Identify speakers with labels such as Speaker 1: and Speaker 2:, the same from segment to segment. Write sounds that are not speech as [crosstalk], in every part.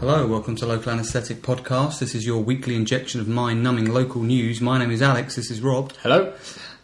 Speaker 1: Hello, welcome to Local Anaesthetic Podcast. This is your weekly injection of mind numbing local news. My name is Alex, this is Rob.
Speaker 2: Hello.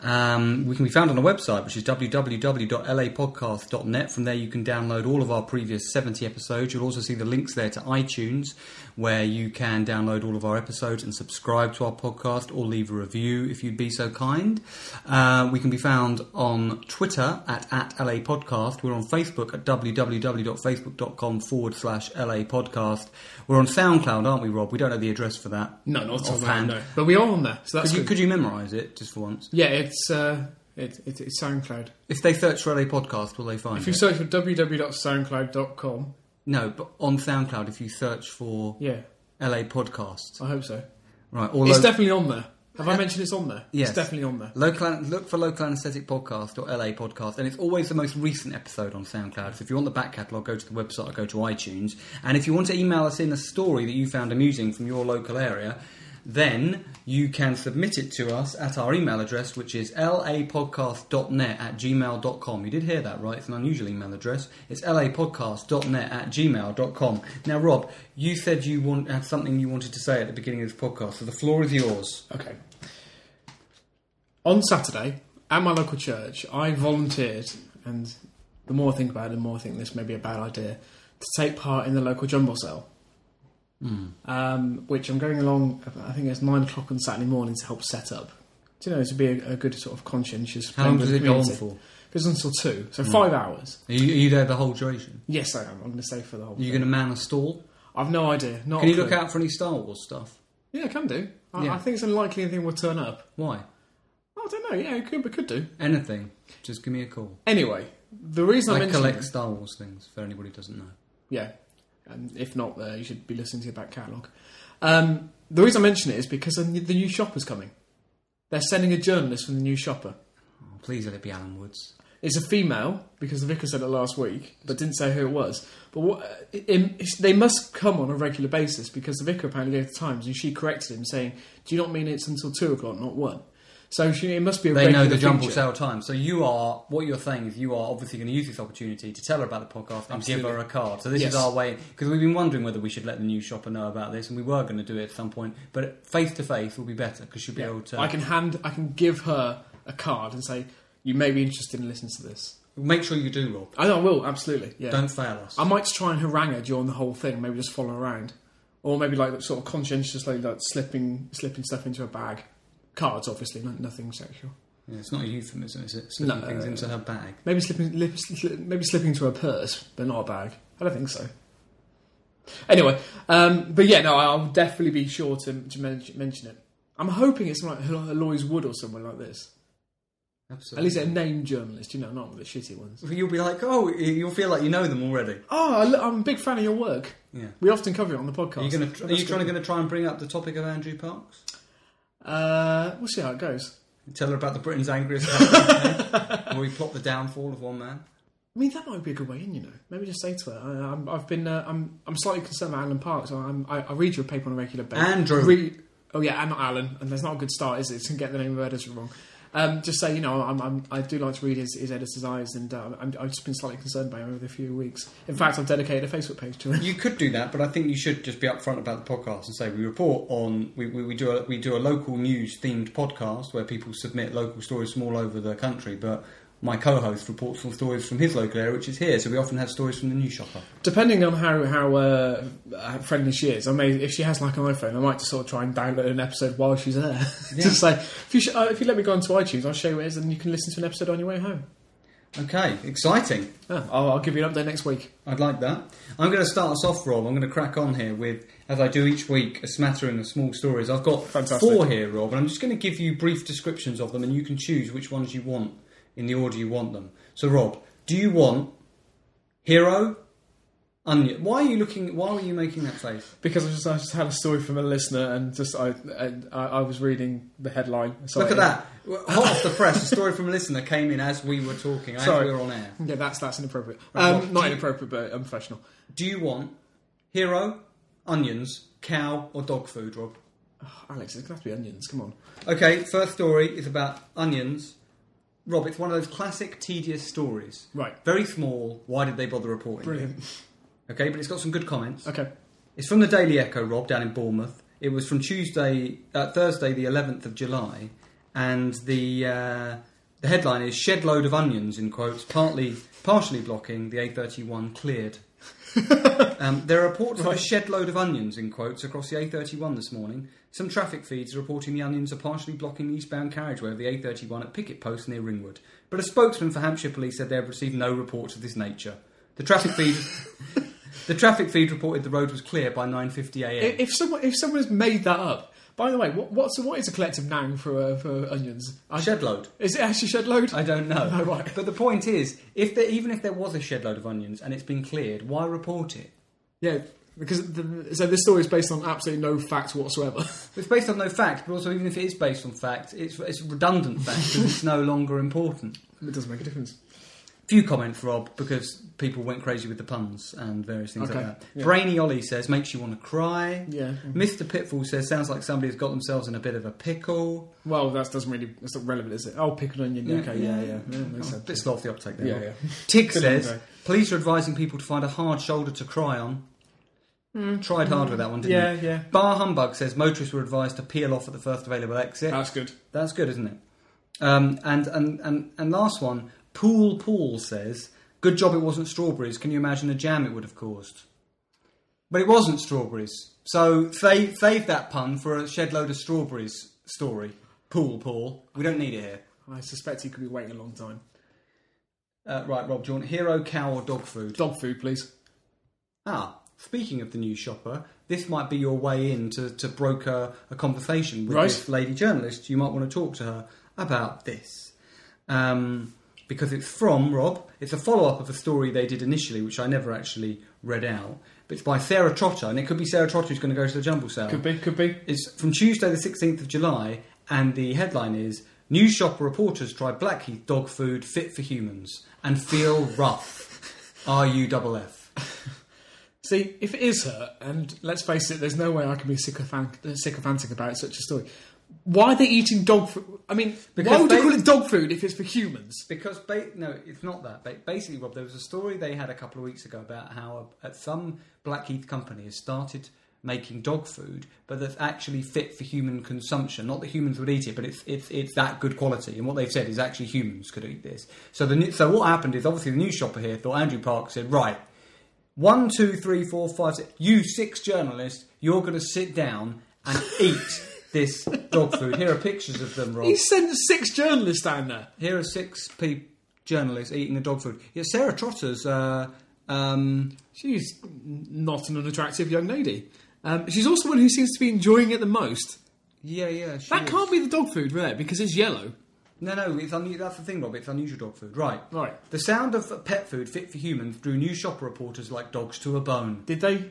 Speaker 1: Um, we can be found on a website which is www.lapodcast.net. From there, you can download all of our previous 70 episodes. You'll also see the links there to iTunes, where you can download all of our episodes and subscribe to our podcast or leave a review if you'd be so kind. Uh, we can be found on Twitter at, at lapodcast. We're on Facebook at www.facebook.com forward slash lapodcast. We're on SoundCloud, aren't we, Rob? We don't know the address for that.
Speaker 2: No, not off
Speaker 1: Offhand.
Speaker 2: hand. No, but we are on there, so that's
Speaker 1: Could you,
Speaker 2: good.
Speaker 1: could you memorise it just for once?
Speaker 2: yeah, it's uh, it, it, it's SoundCloud.
Speaker 1: If they search for LA Podcast, will they find
Speaker 2: If you
Speaker 1: it?
Speaker 2: search for www.soundcloud.com,
Speaker 1: no, but on SoundCloud, if you search for
Speaker 2: yeah,
Speaker 1: LA Podcast,
Speaker 2: I hope so.
Speaker 1: right? Or
Speaker 2: It's
Speaker 1: lo-
Speaker 2: definitely on there. Have I mentioned it's on there?
Speaker 1: Yes.
Speaker 2: It's definitely on there.
Speaker 1: local an- look for Local Anesthetic Podcast or LA Podcast, and it's always the most recent episode on SoundCloud. So if you want the back catalogue, go to the website or go to iTunes. And if you want to email us in a story that you found amusing from your local area. Then you can submit it to us at our email address, which is lapodcast.net at gmail.com. You did hear that, right? It's an unusual email address. It's lapodcast.net at gmail.com. Now, Rob, you said you want, had something you wanted to say at the beginning of this podcast, so the floor is yours.
Speaker 2: Okay. On Saturday, at my local church, I volunteered, and the more I think about it, the more I think this may be a bad idea, to take part in the local jumble sale.
Speaker 1: Hmm.
Speaker 2: Um, which I'm going along, I think it's nine o'clock on Saturday morning to help set up. Do you know, to be a, a good sort of conscientious.
Speaker 1: How long
Speaker 2: member of
Speaker 1: does
Speaker 2: the
Speaker 1: it go on
Speaker 2: community.
Speaker 1: for? Hmm.
Speaker 2: It goes until two, so five hours.
Speaker 1: Are you, are you there the whole duration?
Speaker 2: Yes, I am. I'm going to stay for the whole.
Speaker 1: Are you
Speaker 2: thing.
Speaker 1: going to man a stall?
Speaker 2: I've no idea. Not
Speaker 1: Can
Speaker 2: a
Speaker 1: you look
Speaker 2: clue.
Speaker 1: out for any Star Wars stuff?
Speaker 2: Yeah, I can do. I,
Speaker 1: Yeah.
Speaker 2: I think it's unlikely anything will turn up.
Speaker 1: Why?
Speaker 2: I don't know. Yeah, it could, it could do.
Speaker 1: Anything. Just give me a call.
Speaker 2: Anyway, the reason
Speaker 1: I
Speaker 2: I, mentioned
Speaker 1: collect Star Wars things, for anybody who doesn't know.
Speaker 2: yeah, and if not, uh, you should be listening to your back catalogue. Um, the reason I mention it is because the new- the new shopper's coming. They're sending a journalist from the new shopper.
Speaker 1: Oh, please let it be Alan Woods.
Speaker 2: It's a female because the vicar said it last week, but didn't say who it was. But what, it, it- they must come on a regular basis because the vicar apparently gave the times and she corrected him, saying, "Do you not mean it's until two o'clock, not one?" So she, it must be a
Speaker 1: They
Speaker 2: regular
Speaker 1: know the jumble
Speaker 2: feature.
Speaker 1: sale time. So you are, what you're saying is you are obviously going to use this opportunity to tell her about the podcast and give
Speaker 2: Absolutely.
Speaker 1: her a card. So this is
Speaker 2: Yes.
Speaker 1: our way, because we've been wondering whether we should let the new shopper know about this, and we were going to do it at some point, but face to face will be better, because she'll be able to
Speaker 2: I can hand, I can give her a card and say, "You may be interested in listening to this."
Speaker 1: make sure you do, Rob.
Speaker 2: I know, I will absolutely. Yeah,
Speaker 1: Don't fail us.
Speaker 2: I might try and harangue her during the whole thing. Maybe just follow her around, or maybe like sort of conscientiously like slipping, slipping stuff into a bag. Cards, obviously, no, nothing sexual.
Speaker 1: Yeah, it's not a euphemism, is it? Slipping
Speaker 2: No.
Speaker 1: things into her bag.
Speaker 2: Maybe slipping, lip, sli- maybe slipping into a purse, but not a bag. I don't think so. Anyway, um, but yeah, no, I'll definitely be sure to, to men- mention it. I'm hoping it's like Hel- Eloise Wood or someone like this. At
Speaker 1: Absolutely.
Speaker 2: least a named journalist, you know, not one of the shitty ones.
Speaker 1: You'll be like, oh, you'll feel like you know them already.
Speaker 2: Oh, I lo- I'm a big fan of your work.
Speaker 1: Yeah.
Speaker 2: We often cover it on the podcast.
Speaker 1: Are you, gonna tr- are you
Speaker 2: That's
Speaker 1: trying
Speaker 2: good.
Speaker 1: to, gonna try and bring up the topic of Andrew Parks?
Speaker 2: Uh, we'll see how it goes.
Speaker 1: Tell her about the Britain's angriest
Speaker 2: [laughs]
Speaker 1: man, or we plot the downfall of one man.
Speaker 2: I mean, that might be a good way in, you know. Maybe just say to her, I, I'm, I've been, uh, I'm, I'm slightly concerned about Alan Parks. I'm, I, I read your paper on a regular basis.
Speaker 1: Andrew.
Speaker 2: Read, oh yeah, and not Alan. And that's not a good start, is it? To get the name of editor wrong. Um, just say, you know, I'm, I'm, I do like to read his, his editor's eyes, and uh, I'm, I've just been slightly concerned by him over the few weeks. In fact, I've dedicated a Facebook page to him.
Speaker 1: You could do that, but I think you should just be upfront about the podcast and say we report on we, we, we do a we do a local news themed podcast where people submit local stories from all over the country, but. My co-host reports on stories from his local area, which is here, so we often have stories from the new shopper.
Speaker 2: Depending on how how uh, uh, friendly she is, I may if she has like an iPhone, I might just sort of try and download an episode while she's there. [laughs] just like if you sh- uh, if you let me go onto iTunes, I'll show you it is, and you can listen to an episode on your way home.
Speaker 1: Okay, exciting.
Speaker 2: Yeah, I'll, I'll give you an update next week.
Speaker 1: I'd like that. I'm going to start us off, Rob. I'm going to crack on here with, as I do each week, a smattering of small stories. I've got
Speaker 2: Fantastic.
Speaker 1: four here, Rob, and I'm just going to give you brief descriptions of them, and you can choose which ones you want in the order you want them. So, Rob, do you want hero, onion? Why are you looking? Why were you making that face?
Speaker 2: Because I just, I just had a story from a listener, and just I and I, I was reading the headline. So
Speaker 1: Look at that. Hot off the press, a story from a listener came in as we were talking, as
Speaker 2: Sorry.
Speaker 1: we were on air.
Speaker 2: Yeah, that's that's inappropriate.
Speaker 1: Right,
Speaker 2: Um,
Speaker 1: what
Speaker 2: not
Speaker 1: do you-
Speaker 2: inappropriate, but unprofessional.
Speaker 1: Do you want hero, onions, cow, or dog food, Rob?
Speaker 2: Alex, it's gonna have to be onions. Come on.
Speaker 1: Okay, first story is about onions. Rob, it's one of those classic tedious stories.
Speaker 2: Right.
Speaker 1: Very small. Why did they bother reporting? it?
Speaker 2: Brilliant.
Speaker 1: Okay, but it's got some good comments.
Speaker 2: Okay.
Speaker 1: It's from the Daily Echo, Rob, down in Bournemouth. It was from Tuesday, uh, Thursday, the 11th of July, and the uh, the headline is "Shed load of onions" in quotes, partly partially blocking the A31 cleared. um, there are reports of a shed load of onions in quotes across the A31 this morning. Some traffic feeds are reporting the onions are partially blocking the eastbound carriageway of the A31 at picket posts near Ringwood. But a spokesman for Hampshire Police said they have received no reports of this nature. The traffic feed.
Speaker 2: [laughs]
Speaker 1: The traffic feed reported the road was clear by 9:50 a.m.
Speaker 2: If if someone if someone's made that up, by the way, what what's what is a collective noun for uh, for onions? I,
Speaker 1: shed load.
Speaker 2: is it actually shed load?
Speaker 1: I don't know.
Speaker 2: No, right.
Speaker 1: But the point is, if there, even if there was a shed load of onions and it's been cleared, why report it?
Speaker 2: yeah, because the, so this story is based on absolutely no facts whatsoever. [laughs]
Speaker 1: It's based on no fact, but also even if it is based on fact, it's, it's redundant fact because it's no longer important.
Speaker 2: it doesn't make a difference.
Speaker 1: Few comments, Rob, because people went crazy with the puns and various things
Speaker 2: Okay,
Speaker 1: like that.
Speaker 2: yeah.
Speaker 1: Brainy Ollie says, makes you want to cry.
Speaker 2: Yeah.
Speaker 1: Mr. Pitfall says, sounds like somebody has got themselves in a bit of a pickle.
Speaker 2: Well, that doesn't really. That's not relevant, is it? Oh, pickled onion.
Speaker 1: Yeah,
Speaker 2: okay, yeah, Oh,
Speaker 1: yeah.
Speaker 2: yeah. yeah. makes
Speaker 1: A
Speaker 2: sense.
Speaker 1: bit slow off the uptake there.
Speaker 2: Yeah,
Speaker 1: Rob.
Speaker 2: yeah.
Speaker 1: Tig
Speaker 2: Good
Speaker 1: says,
Speaker 2: luck,
Speaker 1: police are advising people to find a hard shoulder to cry on. Tried hard with that one, didn't
Speaker 2: [laughs] Hmm. Yeah,
Speaker 1: you?
Speaker 2: yeah.
Speaker 1: Bar Humbug says motorists were advised to peel off at the first available exit.
Speaker 2: That's good.
Speaker 1: That's good, isn't it? Um, and, and, and, and last one, Pool Pool says, good job it wasn't strawberries. Can you imagine the jam it would have caused? But it wasn't strawberries. So save, save that pun for a shed load of strawberries story. Pool Pool. We don't need it here.
Speaker 2: I suspect he could be waiting a long time.
Speaker 1: Uh, right, Rob, do you want hero, cow or dog food?
Speaker 2: Dog food, please.
Speaker 1: Ah, speaking of the new shopper, this might be your way in to, to broker a conversation with
Speaker 2: Right.
Speaker 1: this lady journalist. You might want to talk to her about this. Um, because it's from Rob. It's a follow up of a story they did initially, which I never actually read out. But it's by Sarah Trotter, and it could be Sarah Trotter who's going to go to the jumble sale.
Speaker 2: Could be, could be.
Speaker 1: It's from Tuesday, the 16th of July, and the headline is New Shopper reporters try Blackheath dog food fit for humans and feel rough. R U double F.
Speaker 2: See, if it is her, and let's face it, there's no way I can be sycophant- sycophantic about such a story. Why are they eating dog food? I mean,
Speaker 1: Because
Speaker 2: why would
Speaker 1: they-
Speaker 2: you call it dog food if it's for humans?
Speaker 1: Because ba- no, it's not that. Ba- basically, Rob, there was a story they had a couple of weeks ago about how a, at some Blackheath company has started making dog food, but that's actually fit for human consumption. Not that humans would eat it, but it's it's it's that good quality. And what they've said is actually humans could eat this. So the new, so what happened is obviously the news shopper here thought Andrew Park said right. One, two, three, four, five, six. You six journalists, you're going to sit down and eat this dog food. Here are pictures of them, Rob.
Speaker 2: He sent six journalists down there.
Speaker 1: Here are six pe- journalists eating the dog food. Yeah, Sarah Trotter's. Uh, um,
Speaker 2: She's not an unattractive young lady. Um, she's also one who seems to be enjoying it the most.
Speaker 1: yeah, yeah. She
Speaker 2: That
Speaker 1: is.
Speaker 2: can't be the dog food there because it's yellow.
Speaker 1: No, no. It's un- that's the thing, Rob. It's unusual dog food, right?
Speaker 2: Right.
Speaker 1: The sound of pet food fit for humans drew new shopper reporters like dogs to a bone.
Speaker 2: Did they?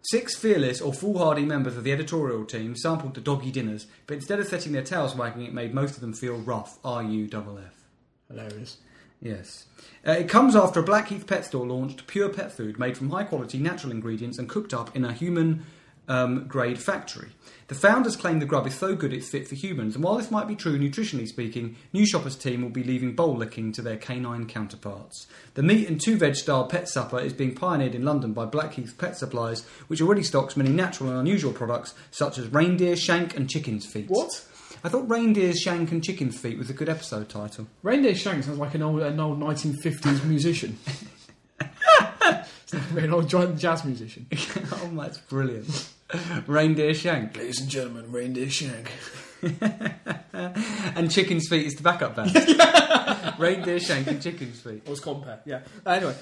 Speaker 1: Six fearless or foolhardy members of the editorial team sampled the doggy dinners, but instead of setting their tails wagging, it made most of them feel rough. R U double F.
Speaker 2: Hilarious.
Speaker 1: Yes. Uh, it comes after a Blackheath pet store launched pure pet food made from high quality natural ingredients and cooked up in a human um, grade factory. The founders claim the grub is so good it's fit for humans, and while this might be true nutritionally speaking, New Shoppers team will be leaving bowl licking to their canine counterparts. The meat and two veg style pet supper is being pioneered in London by Blackheath Pet Supplies, which already stocks many natural and unusual products such as reindeer shank and chicken's feet.
Speaker 2: What?
Speaker 1: I thought reindeer shank and chicken's feet was a good episode title.
Speaker 2: Reindeer Shank sounds like an old, an old 1950s [laughs] musician. Sounds like an old giant jazz musician.
Speaker 1: [laughs] oh, that's brilliant. Reindeer shank
Speaker 2: Ladies and gentlemen, Reindeer Shank.
Speaker 1: and chicken's feet is the backup band. Reindeer shank and chicken's feet.
Speaker 2: Or compare. Yeah. Anyway,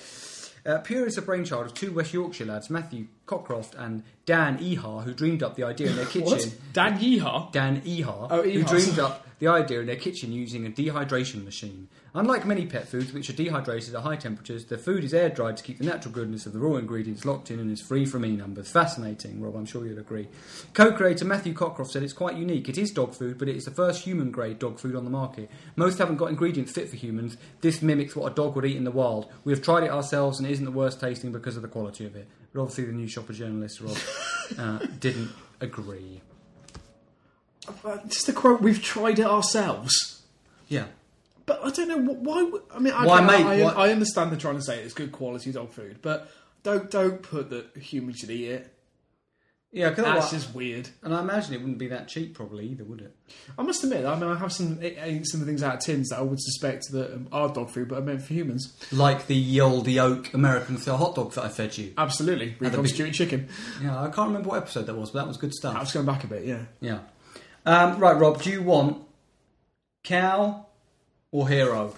Speaker 1: Uh, Pure is a brainchild of two West Yorkshire lads, Matthew Cockcroft and Dan Ehar, who dreamed up the idea in their kitchen.
Speaker 2: what? Dan Yeehaw.
Speaker 1: Dan Ehar,
Speaker 2: Oh,
Speaker 1: who
Speaker 2: Ehar.
Speaker 1: dreamed up the idea in their kitchen using a dehydration machine. Unlike many pet foods, which are dehydrated at high temperatures, the food is air dried to keep the natural goodness of the raw ingredients locked in and is free from E numbers. Fascinating, Rob, I'm sure you'll agree. Co creator Matthew Cockcroft said it's quite unique. It is dog food, but it is the first human grade dog food on the market. Most haven't got ingredients fit for humans. This mimics what a dog would eat in the wild. We have tried it ourselves and it isn't the worst tasting because of the quality of it. But obviously, the new shopper journalist,
Speaker 2: [laughs]
Speaker 1: Rob, uh, didn't agree.
Speaker 2: Uh, Just a quote, we've tried it ourselves.
Speaker 1: Yeah.
Speaker 2: But I don't know, wh- why? would- I mean, I,
Speaker 1: Why,
Speaker 2: I-
Speaker 1: mate,
Speaker 2: I,
Speaker 1: why-
Speaker 2: I understand they're trying to say it's good quality dog food, but don't don't put that humans should eat it.
Speaker 1: Yeah, 'cause
Speaker 2: That's
Speaker 1: otherwise-
Speaker 2: just weird.
Speaker 1: and I imagine it wouldn't be that cheap, probably either, would it?
Speaker 2: I must admit, I mean, I have some eaten some things out of tins that I would suspect that um, are dog food, but are meant for humans.
Speaker 1: Like the ye olde oak American style hot dogs that I fed you.
Speaker 2: Absolutely,
Speaker 1: big-
Speaker 2: reconstituted chicken.
Speaker 1: Yeah, I can't remember what episode that was, but that was good
Speaker 2: I
Speaker 1: stuff.
Speaker 2: was going back a bit, yeah.
Speaker 1: Yeah. Um, right, Rob, do you want cow or hero?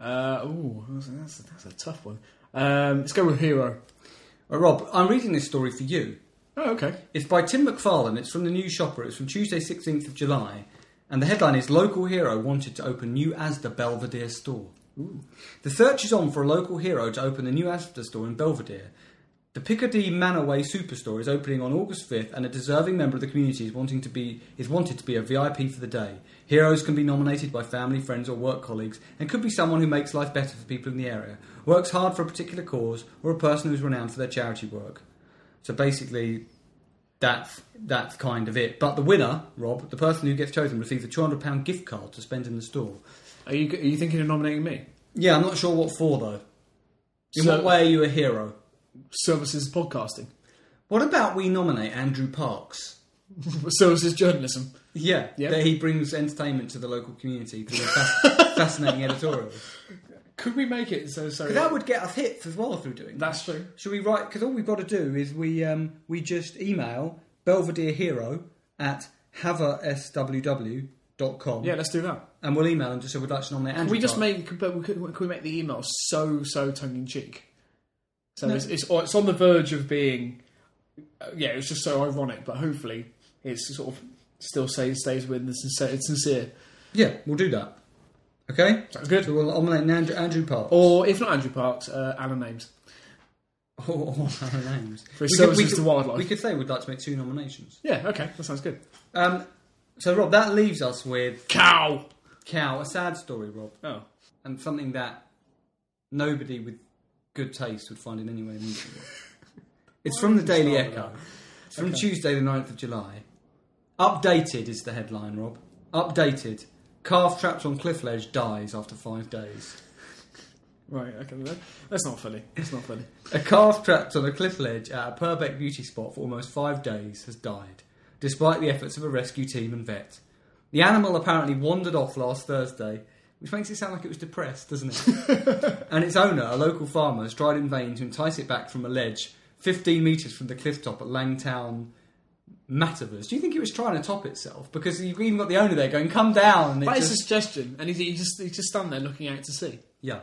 Speaker 2: Uh, ooh, that's, that's, that's a tough one. Um, let's go with hero.
Speaker 1: Well, Rob, I'm reading this story for you.
Speaker 2: Oh, okay.
Speaker 1: It's by Tim McFarlane. It's from the New Shopper. It's from Tuesday, 16th of July. And the headline is Local Hero Wanted to Open New Asda Belvedere Store. The search is on for a local hero to open the new Asda store in Belvedere. The Picardy Manor Way Superstore is opening on August 5th, and a deserving member of the community is wanting to be is wanted to be a VIP for the day. Heroes can be nominated by family, friends, or work colleagues, and could be someone who makes life better for people in the area, works hard for a particular cause, or a person who is renowned for their charity work. So basically, that's that's kind of it. But the winner, Rob, the person who gets chosen, receives a two hundred pound gift card to spend in the store.
Speaker 2: Are you are you thinking of nominating me?
Speaker 1: Yeah, I'm not sure what for though. In
Speaker 2: So-
Speaker 1: what way are you a hero?
Speaker 2: Services podcasting, [laughs]
Speaker 1: What about we nominate Andrew Parks?
Speaker 2: services journalism.
Speaker 1: Yeah,
Speaker 2: Yeah.
Speaker 1: that he brings entertainment to the local community through a
Speaker 2: [laughs]
Speaker 1: fas- fascinating editorial.
Speaker 2: Could we make it? So sorry.
Speaker 1: That would get us hits as well if we were doing.
Speaker 2: That's true.
Speaker 1: Should we write? Because all we've got to do is we um, we just email Belvedere Hero at haversww.com
Speaker 2: Yeah, let's do that.
Speaker 1: and we'll email them just so we'd like to nominate Andrew.
Speaker 2: we just
Speaker 1: Parks.
Speaker 2: make, but we could, could we make the email so so tongue in cheek? So it's, it's or it's on the verge of being, uh, yeah, it's just so ironic. But hopefully, it's sort of still stays stays with the sincere. It's sincere.
Speaker 1: Yeah, we'll do that. Okay?
Speaker 2: Sounds good.
Speaker 1: So we'll nominate Andrew, Andrew Park. [laughs]
Speaker 2: Or if not Andrew Parks, uh, Alan Names.
Speaker 1: or our names.
Speaker 2: For services to wildlife.
Speaker 1: We could say we'd like to make two nominations.
Speaker 2: Yeah, okay, that sounds good.
Speaker 1: Um, so, Rob, that leaves us with
Speaker 2: Cow.
Speaker 1: Cow, a sad story, Rob,
Speaker 2: Oh,
Speaker 1: and something that nobody with good taste would find in any way
Speaker 2: [laughs]
Speaker 1: amusing. it's from the Daily
Speaker 2: start with
Speaker 1: Echo. It's from Tuesday, the 9th of July. Updated is the headline, Rob. Updated. Calf trapped on cliff ledge dies after five days.
Speaker 2: right. Okay, that- that's not funny. That's not [laughs] funny.
Speaker 1: A calf trapped on a cliff ledge at a Purbeck beauty spot for almost five days has died, despite the efforts of a rescue team and vet. The animal apparently wandered off last Thursday, which makes it sound like it was depressed, doesn't it? and its owner, a local farmer, has tried in vain to entice it back from a ledge 15 metres from the cliff top at Langtown Matavers. Do you think it was trying to top itself? Because you've even got the owner there going, come down. And it
Speaker 2: That is
Speaker 1: just-
Speaker 2: a suggestion, and he, he just he just stand there looking out to sea. [laughs]
Speaker 1: yeah.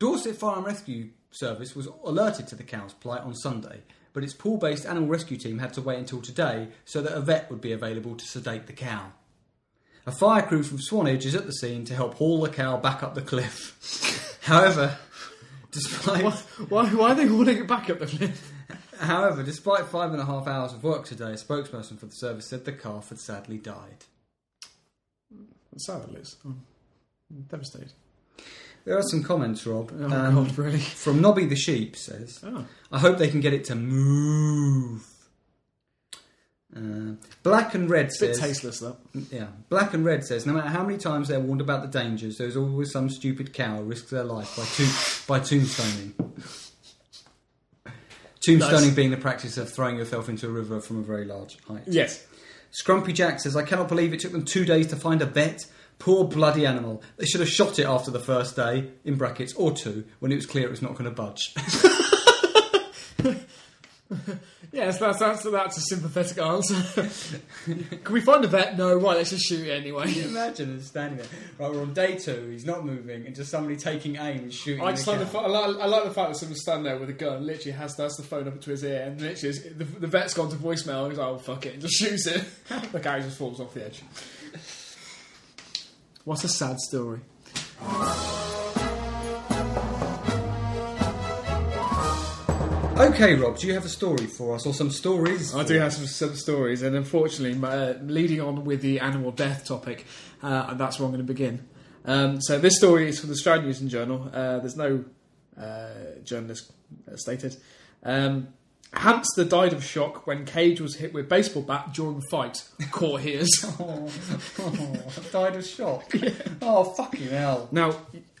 Speaker 1: Dorset Fire and Rescue Service was alerted to the cow's plight on Sunday, but its pool based animal rescue team had to wait until today so that a vet would be available to sedate the cow. A fire crew from Swanage is at the scene to help haul the cow back up the cliff. however, despite
Speaker 2: Why why are they hauling it back up the cliff?
Speaker 1: however, despite five and a half hours of work today, a spokesperson for the service said the calf had sadly died.
Speaker 2: That's sad that it is. Oh, I'm devastated.
Speaker 1: There are some comments, Rob.
Speaker 2: Oh
Speaker 1: Um,
Speaker 2: God, really?
Speaker 1: From Nobby the Sheep says,
Speaker 2: Oh.
Speaker 1: I hope they can get it to move. Uh, Black and Red
Speaker 2: Bit
Speaker 1: says,
Speaker 2: tasteless that.
Speaker 1: yeah. Black and Red says, no matter how many times they're warned about the dangers, there's always some stupid cow who risks their life by to- by tombstoning. Tombstoning
Speaker 2: Nice.
Speaker 1: being the practice of throwing yourself into a river from a very large height.
Speaker 2: Yes.
Speaker 1: Scrumpy Jack says, I cannot believe it took them two days to find a vet. Poor bloody animal. They should have shot it after the first day, in brackets, or two, when it was clear it was not going to budge.
Speaker 2: Yes, that's that's that's a sympathetic answer. [laughs] Can we find a vet? No, right, let's just shoot it anyway.
Speaker 1: Imagine him standing there. Right, we're on day two, he's not moving, and just somebody taking aim and shooting.
Speaker 2: I
Speaker 1: the
Speaker 2: just like the
Speaker 1: cow.
Speaker 2: fa- I like, I like the fact that someone stand there with a gun, literally has that's the phone up to his ear, and literally is, the, the vet's gone to voicemail. And he's like, "Oh fuck it," and just shoots it. [laughs] the guy just falls off the edge. What a sad story.
Speaker 1: Okay, Rob, do you have a story for us, or some stories? [laughs]
Speaker 2: I do have some, some stories, and unfortunately, my, uh, leading on with the animal death topic, uh, that's where I'm going to begin. Um, so this story is from the Stroud News and Journal. Uh, there's no uh, journalist uh, stated. Um, hamster died of shock when cage was hit with baseball bat during fight. Core hears. [laughs]
Speaker 1: Oh, oh, I died of shock. Oh, fucking hell.
Speaker 2: now,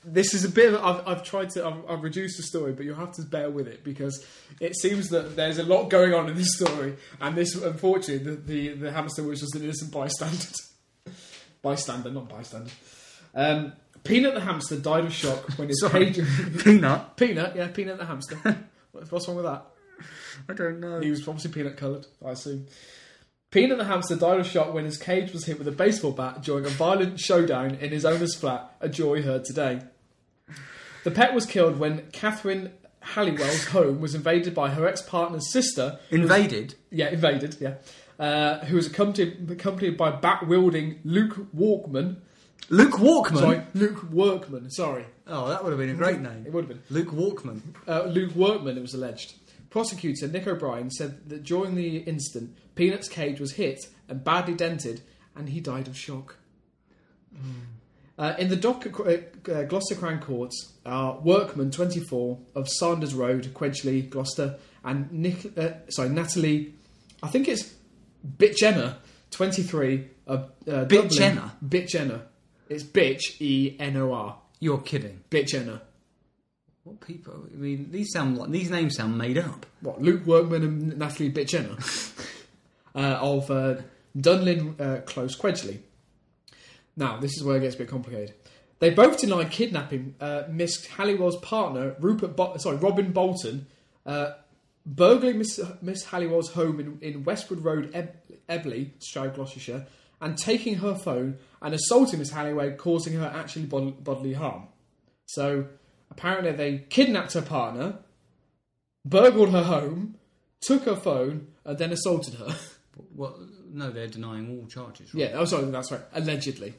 Speaker 2: this is a bit of I've, I've tried to I've, I've reduced the story but you'll have to bear with it because it seems that there's a lot going on in this story and this unfortunately the, the, the hamster was just an innocent bystander [laughs] bystander not bystander um, Peanut the hamster died of shock when his
Speaker 1: Sorry.
Speaker 2: cage
Speaker 1: Peanut.
Speaker 2: Peanut yeah Peanut the hamster What- what's wrong with that
Speaker 1: I don't know.
Speaker 2: he was obviously peanut coloured I assume Peanut the hamster died of shock when his cage was hit with a baseball bat during a violent showdown in his owner's flat a jury heard today the pet was killed when Catherine Halliwell's home was invaded by her ex-partner's sister.
Speaker 1: Invaded.
Speaker 2: Yeah, invaded. Yeah, uh, who was accompanied, accompanied by bat-wielding Luke Walkman.
Speaker 1: Luke Walkman.
Speaker 2: Sorry, Luke Workman. Sorry,
Speaker 1: Oh, that would have been a great name.
Speaker 2: it would have been
Speaker 1: Luke Walkman.
Speaker 2: uh, Luke Workman. It was alleged. Prosecutor Nick O'Brien said that during the incident, Peanut's cage was hit and badly dented, and he died of shock. Uh, in the Dock, uh, uh, Gloucester Crown Courts are Workman 24 of Sanders Road, Quenchley, Gloucester, and Nick, uh, sorry, Natalie, I think it's Bitjenna 23 of uh, Dublin.
Speaker 1: Bitjenna?
Speaker 2: Bitjenna. It's bitch, E N O R.
Speaker 1: You're kidding.
Speaker 2: Bitjenna.
Speaker 1: What people? I mean, these sound like these names sound made up.
Speaker 2: What, Luke Workman and Natalie Bitjenna uh, of uh, Dunlin uh, Close, Quedgley. Now, this is where it gets a bit complicated. They both deny kidnapping uh, Miss Halliwell's partner, Rupert, Bo- sorry, Robin Bolton, uh, burgling Miss, Miss Halliwell's home in, in Westwood Road, Eb- Ebley, Stroud, Gloucestershire, and taking her phone and assaulting Miss Halliwell, causing her actually bod- bodily harm. So apparently, they kidnapped her partner, burgled her home, took her phone, and then assaulted her. [laughs]
Speaker 1: Well, no, they're denying all charges. Right?
Speaker 2: yeah, oh, sorry, that's right, allegedly.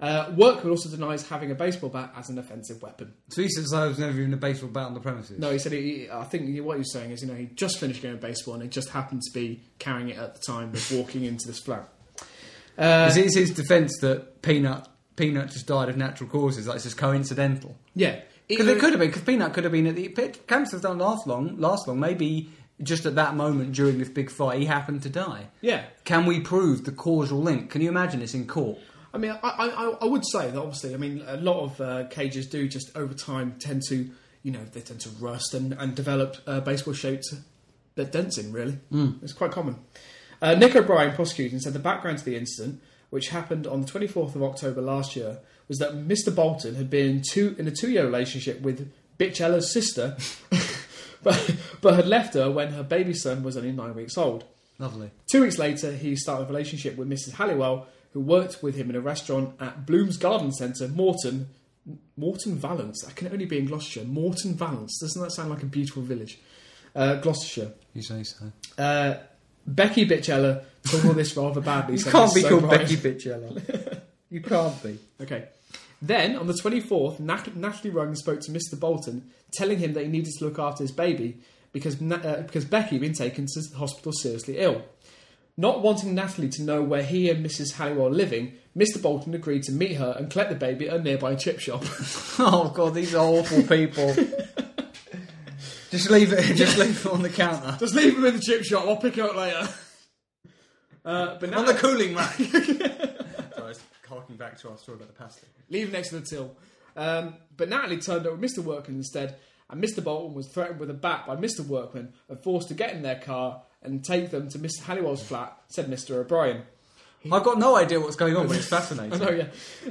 Speaker 2: Uh, Workman also denies having a baseball bat as an offensive weapon.
Speaker 1: So he says I was never even a baseball bat on the premises.
Speaker 2: No, he said he. he- I think he- what he was saying is, you know, he just finished going baseball and he just happened to be carrying it at the time of walking into this flat. Uh,
Speaker 1: Is it- is his defence that Peanut Peanut just died of natural causes? Like it's just coincidental?
Speaker 2: yeah,
Speaker 1: Because
Speaker 2: Either-
Speaker 1: it could have been. Because Peanut could have been at the pit. Cancers don't last long. Last long. Maybe just at that moment during this big fight, he happened to die.
Speaker 2: Yeah,
Speaker 1: Can we prove the causal link? Can you imagine this in court?
Speaker 2: I mean, I, I, I- I would say that obviously, I mean, a lot of uh, cages do just over time tend to, you know, they tend to rust and, and develop uh, baseball shaped that dents in, really. It's quite common. Uh, Nick O'Brien, prosecuting, said the background to the incident, which happened on the 24th of October last year, was that Mr. Bolton had been in, two, in a two year relationship with Bitch Ella's sister, [laughs] but, but had left her when her baby son was only nine weeks old.
Speaker 1: Lovely.
Speaker 2: Two weeks later, he started a relationship with Mrs. Halliwell, who worked with him in a restaurant at Bloom's Garden Centre, Morton. Morton Valence. That can only be in Gloucestershire. Morton Valence. Doesn't that sound like a beautiful village? Uh, Gloucestershire.
Speaker 1: You say so.
Speaker 2: Uh, Becky Bitchella took all this rather badly.
Speaker 1: You
Speaker 2: so
Speaker 1: can't
Speaker 2: this
Speaker 1: be
Speaker 2: is so
Speaker 1: called
Speaker 2: right.
Speaker 1: Becky Bitchella. [laughs] you can't be.
Speaker 2: Okay. Then, on the 24th, Nat- Natalie Rung spoke to Mr. Bolton, telling him that he needed to look after his baby because, Na- uh, because Becky had been taken to the hospital seriously ill. Not wanting Natalie to know where he and Mrs. Halliwell are living, Mr. Bolton agreed to meet her and collect the baby at a nearby chip shop.
Speaker 1: [laughs]
Speaker 2: [laughs]
Speaker 1: Oh god, these are awful [laughs] people. just leave it. Just leave it on the counter.
Speaker 2: Just leave him in the chip shop, I'll pick her up later. [laughs] Uh, but now,
Speaker 1: On the cooling [laughs] rack. Sorry, I was harking back to our story about the pasta.
Speaker 2: leave him next to the till. Um, but Natalie turned up with Mr. Workman instead, and Mr. Bolton was threatened with a bat by Mr. Workman and forced to get in their car and take them to Mr. Halliwell's flat, said Mr. O'Brien. [laughs]
Speaker 1: I've got no idea what's going on, but it's [laughs]
Speaker 2: I
Speaker 1: fascinating.
Speaker 2: know, yeah.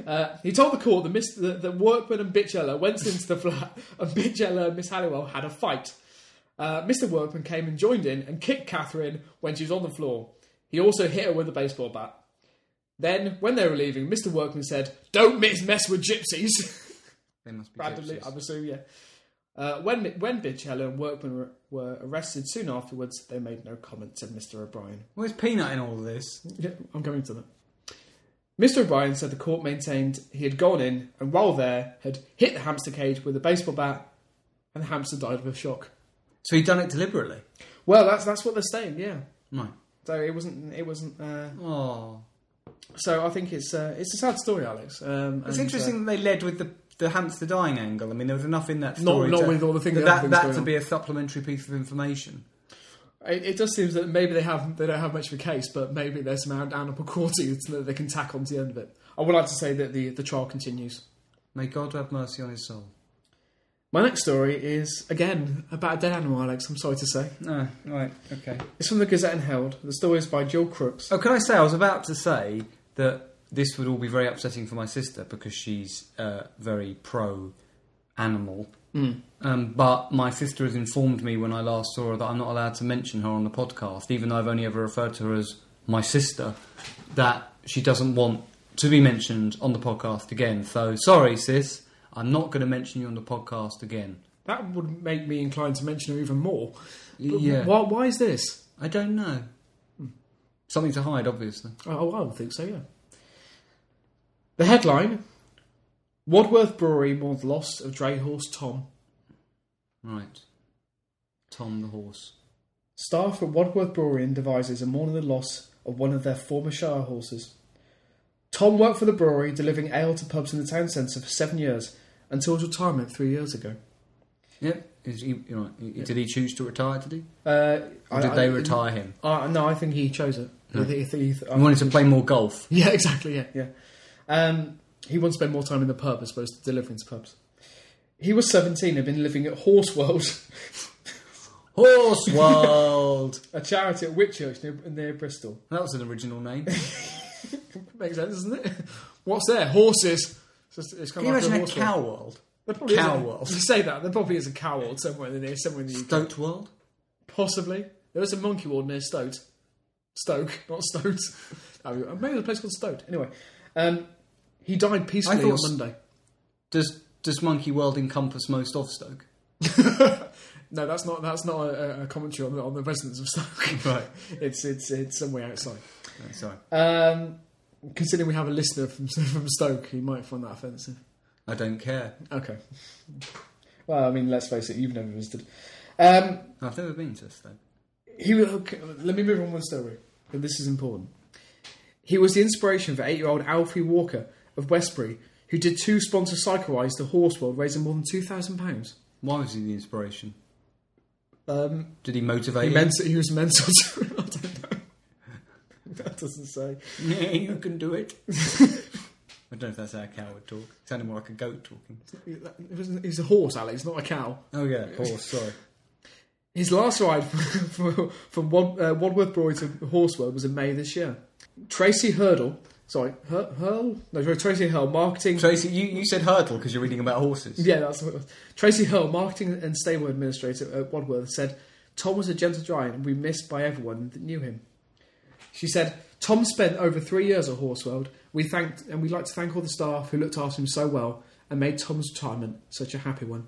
Speaker 2: Uh, he told the court that, Mr. that, that Workman and Bitchella went into the flat, [laughs] and Bitchella and Miss Halliwell had a fight. Uh, Mr. Workman came and joined in and kicked Catherine when she was on the floor. He also hit her with a baseball bat. Then, when they were leaving, Mr. Workman said, Don't mix- mess with gypsies. [laughs]
Speaker 1: They must be
Speaker 2: randomly,
Speaker 1: gypsies.
Speaker 2: I'm assuming, yeah. Uh, when when Bitchella and Workman were, were arrested soon afterwards, they made no comment, said Mr. O'Brien.
Speaker 1: Where's Peanut in all of this?
Speaker 2: Yeah, I'm coming to that. Mr. O'Brien said the court maintained he had gone in and while there had hit the hamster cage with a baseball bat and the hamster died of a shock.
Speaker 1: So he done it deliberately.
Speaker 2: Well, that's that's what they're saying, yeah.
Speaker 1: Right.
Speaker 2: So it wasn't it wasn't uh,
Speaker 1: Oh,
Speaker 2: so I think it's uh, it's a sad story, Alex. Um,
Speaker 1: it's
Speaker 2: and,
Speaker 1: interesting that they led with the the hamster dying angle. I mean, there was enough in that
Speaker 2: Not-
Speaker 1: story.
Speaker 2: not
Speaker 1: to-
Speaker 2: with all the thing- the other
Speaker 1: that
Speaker 2: things
Speaker 1: that
Speaker 2: going
Speaker 1: to
Speaker 2: on.
Speaker 1: be a supplementary piece of information.
Speaker 2: Uh, it, it does seem that maybe they have they don't have much of a case, but maybe there's [laughs] some animal cruelty that they can tack onto the end of it. I would like to say that the the trial continues.
Speaker 1: May God have mercy on his soul.
Speaker 2: My next story is, again, about a dead animal, Alex, I'm sorry to say.
Speaker 1: No, Ah, right, okay.
Speaker 2: It's from the Gazette and Herald. The story is by Joel Crooks.
Speaker 1: Oh, can I say, I was about to say that this would all be very upsetting for my sister because she's uh, very pro animal. Um, but my sister has informed me when I last saw her that I'm not allowed to mention her on the podcast, even though I've only ever referred to her as my sister, that she doesn't want to be mentioned on the podcast again. So, sorry, sis, I'm not going to mention you on the podcast again.
Speaker 2: That would make me inclined to mention her even more. But
Speaker 1: yeah.
Speaker 2: Why, why is this?
Speaker 1: I don't know. Something to hide, obviously.
Speaker 2: Oh, I would think so, yeah. The headline Wadworth Brewery mourns loss of Drayhorse Tom.
Speaker 1: Right. Tom the horse.
Speaker 2: Staff at Wadworth Brewery and Devizes are mourning the loss of one of their former shire horses. Tom worked for the brewery, delivering ale to pubs in the town centre for seven years until his retirement three years ago.
Speaker 1: Yep. Is he, you're right. He- Did he choose to retire? Did he?
Speaker 2: Uh,
Speaker 1: Or did they retire him?
Speaker 2: Uh, no, I think he chose it. I think- I think he th-
Speaker 1: He wanted to play more golf.
Speaker 2: [laughs] Yeah, exactly. Yeah, yeah. Um, he wants to spend more time in the pub as opposed to delivering to pubs. He was 17 and had been living at Horse World, [laughs]
Speaker 1: [laughs] Horse World.
Speaker 2: a charity at Whitchurch near, near Bristol.
Speaker 1: that was an original name.
Speaker 2: Makes sense, doesn't it? [laughs] What's there? Horses. It's just- it's
Speaker 1: Can
Speaker 2: kind
Speaker 1: you
Speaker 2: of like
Speaker 1: imagine a
Speaker 2: horse
Speaker 1: cow
Speaker 2: world.
Speaker 1: world?
Speaker 2: There probably is
Speaker 1: cow
Speaker 2: [laughs] a-
Speaker 1: world?
Speaker 2: You say that there probably is a cow world somewhere in the near, somewhere in the UK.
Speaker 1: Stoat world?
Speaker 2: Possibly there is a monkey world near Stoke. Stoke, [laughs] not Stoke. Oh, Maybe there's a place called Stoke. Anyway, um, he died peacefully
Speaker 1: thought
Speaker 2: on
Speaker 1: s-
Speaker 2: Monday.
Speaker 1: Does does Monkey World encompass most of Stoke?
Speaker 2: [laughs] No, that's not that's not a, a- a commentary on the, on the residents of Stoke. [laughs]
Speaker 1: Right.
Speaker 2: it's it's it's somewhere outside.
Speaker 1: No, Uh, sorry.
Speaker 2: Um, considering we have a listener from [laughs] from Stoke, he might find that offensive.
Speaker 1: I don't care.
Speaker 2: Okay. Well, I mean, let's face it, you've never visited. Um,
Speaker 1: I've never been to Stoke.
Speaker 2: he was, okay, let me move on one story. But this is important. He was the inspiration for eight-year-old Alfie Walker of Westbury, who did two sponsor cycle rides to Horse World, raising more than two thousand pounds.
Speaker 1: Why was he the inspiration?
Speaker 2: Um,
Speaker 1: Did he motivate
Speaker 2: He,
Speaker 1: you?
Speaker 2: meant- he was mental. To, [laughs] I don't know. That doesn't say.
Speaker 1: [laughs]
Speaker 2: [laughs]
Speaker 1: Yeah, you can do it. I don't know if that's how a cow would talk. It sounded more like a goat talking.
Speaker 2: It was, it was a horse, Alex, not a cow.
Speaker 1: Oh yeah, horse. [laughs] Sorry.
Speaker 2: His last ride [laughs] from, from Wad, uh, Wadworth Brewery to Horseworld was in May this year. Tracy Hurdle, sorry, Hur- Hurl? No, sorry, Tracy Hurl, marketing.
Speaker 1: Tracy, you, you said hurdle because you're reading about horses.
Speaker 2: yeah, that's what it was. Tracy Hurl, marketing and stable administrator at Wadworth, said Tom was a gentle giant and we missed by everyone that knew him. She said Tom spent over three years at Horseworld. We thanked and we'd like to thank all the staff who looked after him so well and made Tom's retirement such a happy one.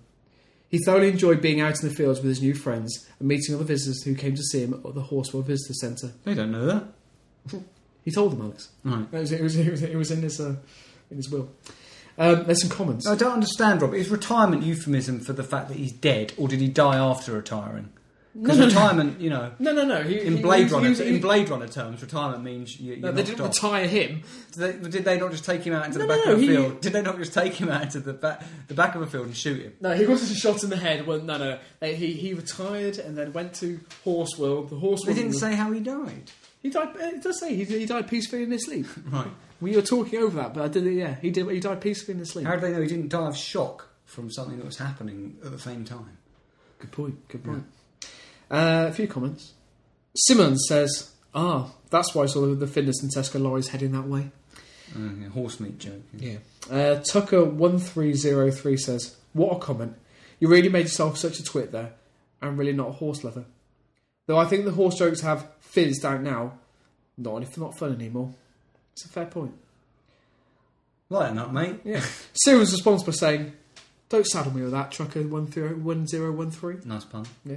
Speaker 2: He thoroughly enjoyed being out in the fields with his new friends and meeting all the visitors who came to see him at the Horseworld Visitor Centre.
Speaker 1: They don't know that.
Speaker 2: He told them, Alex.
Speaker 1: Right.
Speaker 2: It was, it was, it was, it was in his uh, in his will. Um, there's some comments.
Speaker 1: I don't understand, Rob. Is retirement euphemism for the fact that he's dead, or did he die after retiring? Because retirement, you
Speaker 2: [laughs]
Speaker 1: know,
Speaker 2: No, no, no. He,
Speaker 1: in
Speaker 2: he-
Speaker 1: Blade
Speaker 2: he-
Speaker 1: Runner,
Speaker 2: he-
Speaker 1: in Blade Runner terms, retirement means you, you're
Speaker 2: No,
Speaker 1: not
Speaker 2: they didn't
Speaker 1: off.
Speaker 2: retire him.
Speaker 1: Did they, did they not just take him out into the
Speaker 2: No,
Speaker 1: back
Speaker 2: no,
Speaker 1: of a
Speaker 2: he-
Speaker 1: field? Did they not just take him out into the back the back of a field and shoot him?
Speaker 2: No, he wasn't shot in the head. Well, no, no. They- He he retired and then went to Horse World. The Horse
Speaker 1: They
Speaker 2: World.
Speaker 1: didn't say how he died.
Speaker 2: He died. It does say he, he died peacefully in his sleep.
Speaker 1: Right?
Speaker 2: we were talking over that, but I did. Yeah, he did. He died peacefully in his sleep.
Speaker 1: How did they know he didn't die of shock from something that was happening at the same time?
Speaker 2: Good point. Good point. Uh, a few comments. Simmons says, "Ah, that's why I saw the Fitness and Tesco lorries heading that way."
Speaker 1: Uh, yeah, horse meat joke. yeah.
Speaker 2: Yeah. Uh, Tucker one three zero three says, "What a comment! You really made yourself such a twit there. I'm really not a horse lover, though. I think the horse jokes have fizzed out now. Not if not fun anymore. It's a fair point.
Speaker 1: Lighten up, mate.
Speaker 2: Yeah. Cyril's response by saying, "Don't saddle me with that, Tucker one three one zero one three.
Speaker 1: Nice pun.
Speaker 2: Yeah.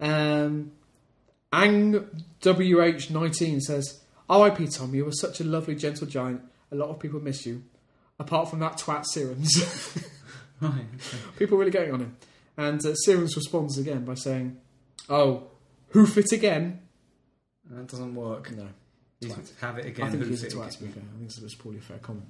Speaker 2: Um, Ang WH nineteen says, "R.I.P. Tom. You were such a lovely, gentle giant. A lot of people miss you." Apart from that twat [laughs] serums.
Speaker 1: Right.
Speaker 2: People really going on him. And uh, Sirens responds again by saying, Oh, hoof it again?
Speaker 1: That doesn't work.
Speaker 2: No.
Speaker 1: He's- Have it again.
Speaker 2: I think
Speaker 1: hoof
Speaker 2: he's a
Speaker 1: it
Speaker 2: twat,
Speaker 1: again.
Speaker 2: to be fair. I think it's probably a fair comment.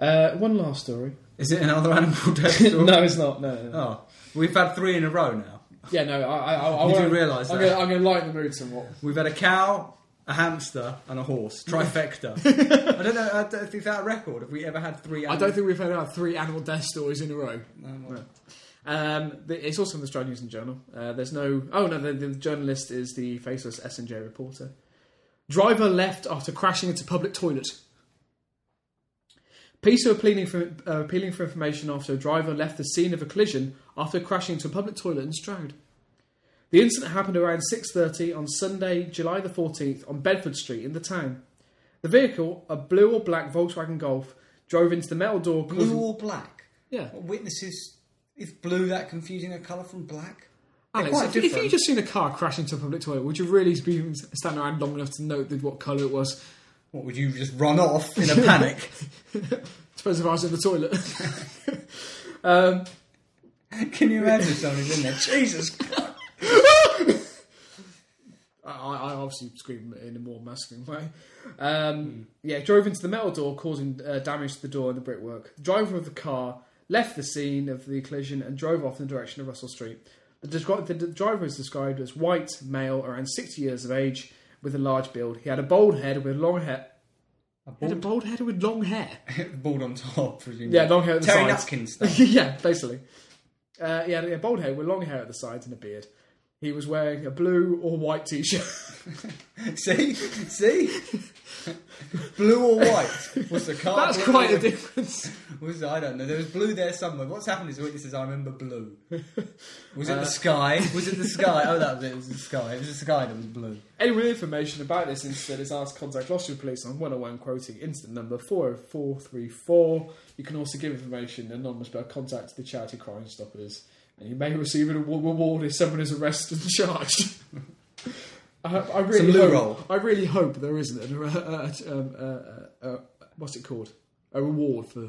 Speaker 2: Uh, one last story.
Speaker 1: Is it another animal [laughs] death story?
Speaker 2: [laughs] no, it's not. No, no, no.
Speaker 1: Oh, we've had three in a row now.
Speaker 2: Yeah, no, I, I, I, I
Speaker 1: You do
Speaker 2: won't-
Speaker 1: realise
Speaker 2: I'm
Speaker 1: that.
Speaker 2: gonna- I'm going to lighten the mood somewhat.
Speaker 1: We've had a cow, a hamster, and a horse. [laughs] Trifecta. I don't know I don't- is that a record? Have we ever had three?
Speaker 2: I
Speaker 1: Animals?
Speaker 2: don't think we've heard about three animal death stories in a row.
Speaker 1: No, well,
Speaker 2: Um, the, it's also in the Australian News and Journal. Uh, there's no. Oh no, the, the journalist is the faceless S and J reporter. Driver left after crashing into public toilet. Police are appealing for, uh, appealing for information after a driver left the scene of a collision after crashing into a public toilet in Stroud. The incident happened around 6:30 on Sunday, July the 14th, on Bedford Street in the town. The vehicle, a blue or black Volkswagen Golf, drove into the metal door.
Speaker 1: Blue
Speaker 2: causing-
Speaker 1: or black?
Speaker 2: yeah.
Speaker 1: Witnesses. Is blue that confusing a colour from black? They're
Speaker 2: Alex,
Speaker 1: quite
Speaker 2: if, if
Speaker 1: different.
Speaker 2: you just seen a car crash into a public toilet, would you really be standing around long enough to note that what colour it was?
Speaker 1: What would you just run off in a [laughs] panic?
Speaker 2: Suppose if I was in the toilet. um,
Speaker 1: Can you imagine somebody's in there? Jesus Christ.
Speaker 2: [laughs] I, I obviously scream in a more masculine way. Um, Yeah, drove into the metal door, causing uh, damage to the door and the brickwork. The driver of the car left the scene of the collision and drove off in the direction of Russell Street. The, descri- the, the driver is described as white, male, around 60 years of age, with a large build. He had a bald head with long hair. He had a bald head with long hair.
Speaker 1: Bald on top, presumably.
Speaker 2: Yeah, long hair at the
Speaker 1: Terry
Speaker 2: sides.
Speaker 1: Nutkins stuff. [laughs]
Speaker 2: [laughs] yeah, basically. Uh, he had a bald head with long hair at the sides and a beard. He was wearing a blue or white t-shirt.
Speaker 1: See? See? blue or white? Was the car
Speaker 2: [laughs] That's
Speaker 1: blue
Speaker 2: quite
Speaker 1: or-
Speaker 2: a difference.
Speaker 1: Was I don't know. There was blue there somewhere. What's happened is the witness says I remember blue. Was it the sky? Was it the sky? Oh, that was it. It was the sky. It was the sky that was blue.
Speaker 2: Any real information about this incident is asked to contact Gloucester Police on 101 quoting incident number 40434. You can also give information anonymous by contact the charity Crime Stoppers. And you may receive a rewa- reward if someone is arrested and charged. [laughs] I, I really
Speaker 1: Some loo
Speaker 2: hope,
Speaker 1: roll.
Speaker 2: I really hope there isn't a, a, a, um, a, a, a what's it called? A reward for.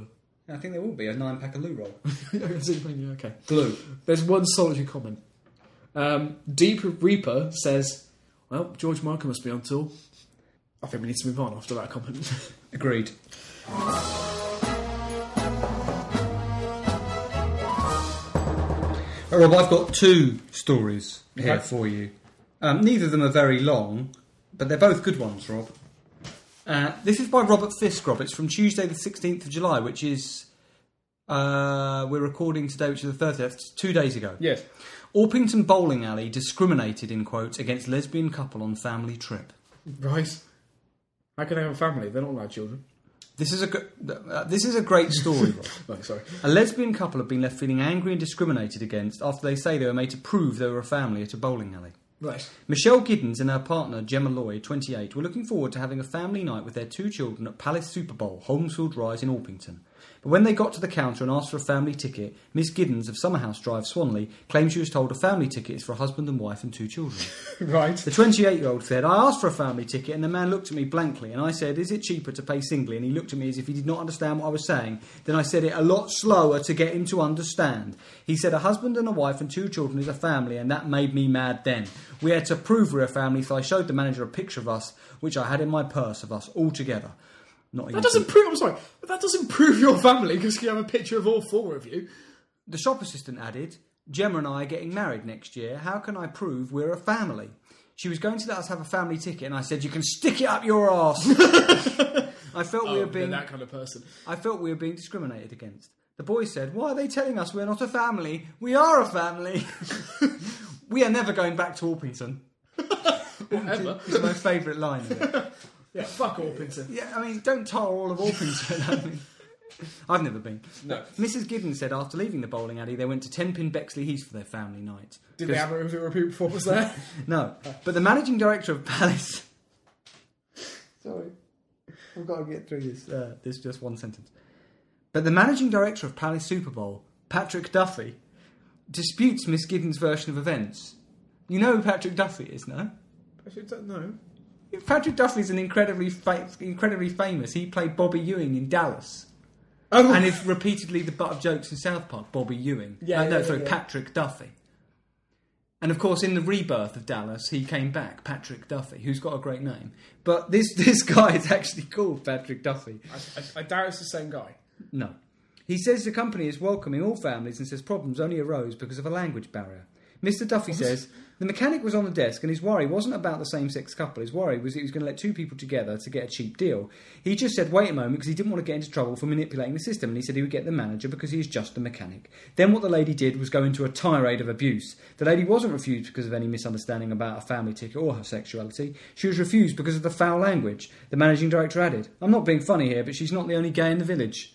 Speaker 1: I think there will be a nine pack of loo roll.
Speaker 2: [laughs] okay.
Speaker 1: Blue.
Speaker 2: There's one solitary comment. Um, Deep Reaper says, "Well, George Michael must be on tour." I think we need to move on after that comment. [laughs]
Speaker 1: Agreed. All right, well, I've got two stories here
Speaker 2: Okay.
Speaker 1: for you. Um, neither of them are very long, but they're both good ones, Rob. Uh, this is by Robert Fisk, Rob. It's from Tuesday, the 16th of July, which is. Uh, we're recording today, which is the 30th, It's two days ago.
Speaker 2: yes.
Speaker 1: Orpington Bowling Alley discriminated, in quotes, against lesbian couple on family trip.
Speaker 2: Right. How can they have a family? They're not allowed children.
Speaker 1: This is a, gr- uh, this is a great story, Rob.
Speaker 2: No, sorry.
Speaker 1: A lesbian couple have been left feeling angry and discriminated against after they say they were made to prove they were a family at a bowling alley.
Speaker 2: Right.
Speaker 1: Michelle Giddens and her partner Gemma Loy, 28, were looking forward to having a family night with their two children at Palace Super Bowl, Holmesfield Rise in Orpington. But when they got to the counter and asked for a family ticket, Miss Giddens of Summerhouse Drive, Swanley, claimed she was told a family ticket is for a husband and wife and two children.
Speaker 2: [laughs] Right.
Speaker 1: The 28 year old said, I asked for a family ticket and the man looked at me blankly and I said, Is it cheaper to pay singly? And he looked at me as if he did not understand what I was saying. Then I said it a lot slower to get him to understand. He said, A husband and a wife and two children is a family and that made me mad then. We had to prove we're a family, so I showed the manager a picture of us, which I had in my purse of us all together. Not even
Speaker 2: That doesn't prove. I'm sorry. But that doesn't prove your family because you have a picture of all four of you.
Speaker 1: The shop assistant added, Gemma and I are getting married next year. How can I prove we're a family? She was going to let us have a family ticket, and I said, You can stick it up your
Speaker 2: [laughs]
Speaker 1: arse. I felt we were
Speaker 2: You're
Speaker 1: being
Speaker 2: Oh, that kind of person.
Speaker 1: I felt we were being discriminated against. The boy said, Why are they telling us we're not a family? We are a family. [laughs] we are never going back to Orpington.
Speaker 2: [laughs] Whatever.
Speaker 1: It's my favourite line of it.
Speaker 2: yeah. Fuck Orpington.
Speaker 1: Yeah, I mean, don't tar all of Orpington. I mean, I've never been.
Speaker 2: No.
Speaker 1: Mrs. Giddens said after leaving the bowling alley, they went to Tenpin Bexley Heath for their family night.
Speaker 2: Did they have a was it a repeat performance there?
Speaker 1: No, but the managing director of Palace.
Speaker 2: [laughs]
Speaker 1: [laughs]
Speaker 2: sorry.
Speaker 1: I've got to get through this. Uh, this just one sentence. But the managing director of Palace Super Bowl, Patrick Duffy, disputes Miss Giddens' version of events. You know who Patrick Duffy is, no?
Speaker 2: I should don't know.
Speaker 1: Patrick Duffy's an incredibly fa- incredibly famous. He played Bobby Ewing in Dallas,
Speaker 2: Oh.
Speaker 1: and is repeatedly the butt of jokes in South Park. Bobby Ewing.
Speaker 2: Yeah,
Speaker 1: Uh, no,
Speaker 2: yeah,
Speaker 1: sorry,
Speaker 2: yeah.
Speaker 1: Patrick Duffy. And of course, in the rebirth of Dallas, he came back, Patrick Duffy, who's got a great name. But this [laughs] this guy is actually called Patrick Duffy.
Speaker 2: I, I, I doubt it's the same guy.
Speaker 1: No. He says the company is welcoming all families and says problems only arose because of a language barrier. Mr. Duffy says the mechanic was on the desk, and his worry wasn't about the same-sex couple. His worry was that he was going to let two people together to get a cheap deal. He just said, "Wait a moment," because he didn't want to get into trouble for manipulating the system, and he said he would get the manager because he is just a mechanic. Then what the lady did was go into a tirade of abuse. The lady wasn't refused because of any misunderstanding about a family ticket or her sexuality. She was refused because of the foul language. The managing director added, "I'm not being funny here, but she's not the only gay in the village."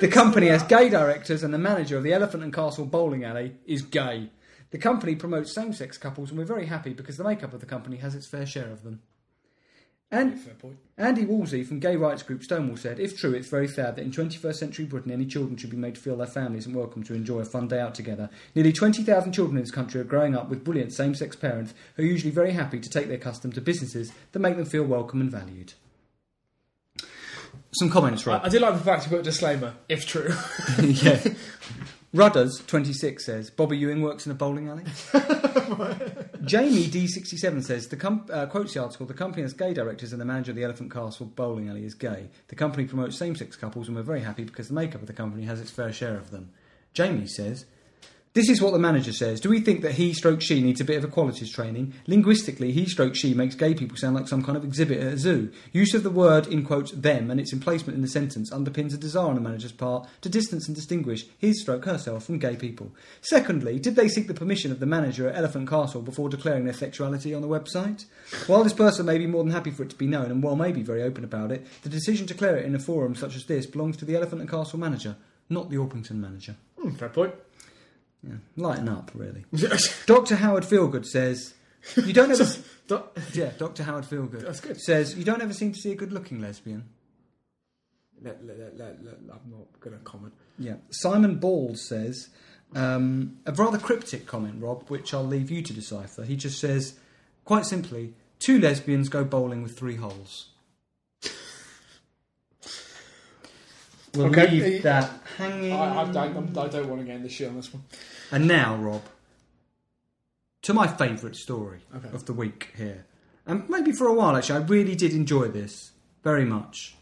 Speaker 1: The company has gay directors, and the manager of the Elephant and Castle Bowling Alley is gay. The company promotes same sex couples, and we're very happy because the makeup of the company has its fair share of them. And
Speaker 2: Fair point.
Speaker 1: Andy Woolsey from gay rights group Stonewall said, If true, it's very sad that in 21st century Britain any children should be made to feel their family isn't welcome to enjoy a fun day out together. Nearly 20,000 children in this country are growing up with brilliant same sex parents who are usually very happy to take their custom to businesses that make them feel welcome and valued. Some comments, Rob.
Speaker 2: I, I do like the fact you put a disclaimer, if true. [laughs]
Speaker 1: [laughs] yeah. Rudders, 26, says Bobby Ewing works in a bowling alley. Jamie D67 says the com- uh, quotes the article. The company has gay directors, and the manager of the Elephant Castle bowling alley is gay. The company promotes same-sex couples, and we're very happy because the makeup of the company has its fair share of them. Jamie says. This is what the manager says. Do we think that he stroke she needs a bit of equalities training? Linguistically, he stroke she makes gay people sound like some kind of exhibit at a zoo. Use of the word in quotes them and its emplacement in the sentence underpins a desire on the manager's part to distance and distinguish his stroke herself from gay people. Secondly, did they seek the permission of the manager at Elephant Castle before declaring their sexuality on the website? While this person may be more than happy for it to be known and while may be very open about it, the decision to declare it in a forum such as this belongs to the Elephant and Castle manager, not the Orpington manager.
Speaker 2: Hmm, fair point. [laughs]
Speaker 1: Yeah, lighten up, really. Dr. Howard Feelgood says, "You don't
Speaker 2: [laughs]
Speaker 1: ever." [laughs]
Speaker 2: Doc-
Speaker 1: yeah, Dr. Howard Feelgood.
Speaker 2: That's good.
Speaker 1: Says you don't ever seem to see a good-looking lesbian.
Speaker 2: let- let- let- let- let- I'm not going to comment.
Speaker 1: Yeah. Simon Balls says um, a rather cryptic comment, Rob, which I'll leave you to decipher. He just says, quite simply, two lesbians go bowling with three holes. We'll
Speaker 2: Okay.
Speaker 1: leave that hanging.
Speaker 2: I, I've, I, I'm, I don't want to get in the shit on this one.
Speaker 1: And now, Rob, to my favourite story
Speaker 2: Okay.
Speaker 1: of the week here. And maybe for a while, actually, I really did enjoy this very much.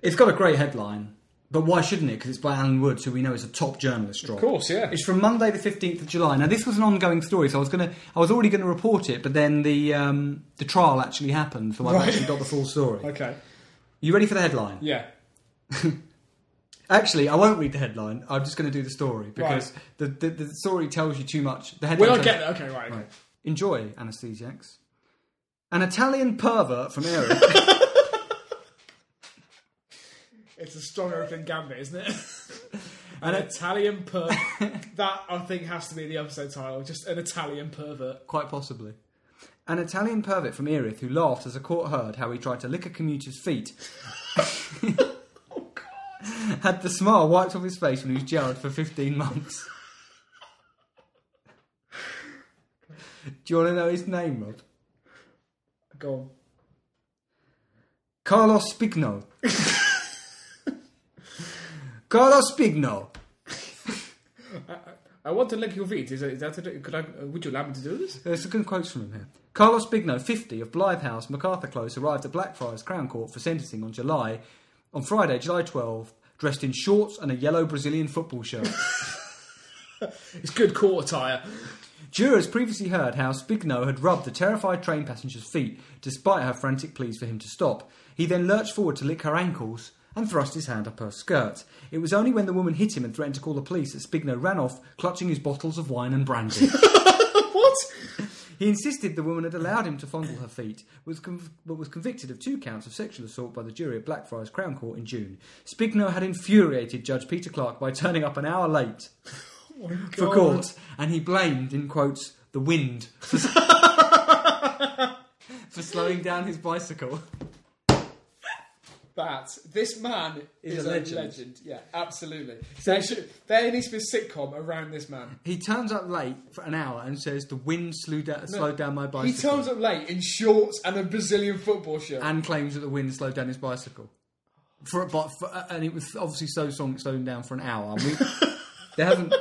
Speaker 1: It's got a great headline, but why shouldn't it? Because it's by Alan Woods, who we know is a top journalist, Rob.
Speaker 2: Of course, yeah.
Speaker 1: It's from Monday the 15th of July. Now, this was an ongoing story, so I was going to, I was already going to report it, but then the, um, the trial actually happened, so I've
Speaker 2: Right.
Speaker 1: actually got the full story.
Speaker 2: [laughs] Okay.
Speaker 1: You ready for the headline?
Speaker 2: Yeah.
Speaker 1: Actually, I won't read the headline. I'm just going to do the story because
Speaker 2: Right.
Speaker 1: the, the, the story tells you too much. The headline
Speaker 2: Well, I
Speaker 1: tells-
Speaker 2: get that. Okay, right.
Speaker 1: Right. Enjoy, anesthesiacs. An Italian pervert from Eric.
Speaker 2: It's a strong opening gambit, isn't it? [laughs]
Speaker 1: An
Speaker 2: An
Speaker 1: it-
Speaker 2: Italian
Speaker 1: [laughs]
Speaker 2: pervert. that, I think, has to be the episode title. Just an Italian pervert.
Speaker 1: Quite possibly. An Italian pervert from Erith who laughed as a court heard how he tried to lick a commuter's feet. Had the smile wiped off his face when he was jailed for 15 months. Do you want to know his name, Rob?
Speaker 2: Go on.
Speaker 1: Carlos Spigno. Carlos Spigno.
Speaker 2: I want to lick your feet. Is that, is that a, could I, would you allow me to do this?
Speaker 1: There's some good quotes from him here. Carlos Bigno, 50, of Blythe House, Macarthur Close, arrived at Blackfriars Crown Court for sentencing on July, on Friday, July 12, dressed in shorts and a yellow Brazilian football shirt.
Speaker 2: It's good court attire. [laughs]
Speaker 1: Jurors previously heard how Spigno had rubbed the terrified train passenger's feet, despite her frantic pleas for him to stop. He then lurched forward to lick her ankles and thrust his hand up her skirt. It was only when the woman hit him and threatened to call the police that Spigno ran off, clutching his bottles of wine and brandy.
Speaker 2: What?
Speaker 1: He insisted the woman had allowed him to fondle her feet, was conv- but was convicted of two counts of sexual assault by the jury at Blackfriars Crown Court in June. Spigno had infuriated Judge Peter Clark by turning up an hour late for court, and he blamed, in quotes, the wind for, s- [laughs] for slowing down his bicycle.
Speaker 2: But this man
Speaker 1: He's
Speaker 2: is,
Speaker 1: a
Speaker 2: a,
Speaker 1: legend.
Speaker 2: legend. Yeah, absolutely. There, should, there needs to be a sitcom around this man.
Speaker 1: He turns up late for an hour and says, The wind slew da- slowed down my bicycle.
Speaker 2: He turns up late in shorts and a Brazilian football shirt.
Speaker 1: and claims that the wind slowed down his bicycle. For, but for, and it was obviously so strong it slowed him down for an hour. And
Speaker 2: [laughs]
Speaker 1: we, they haven't.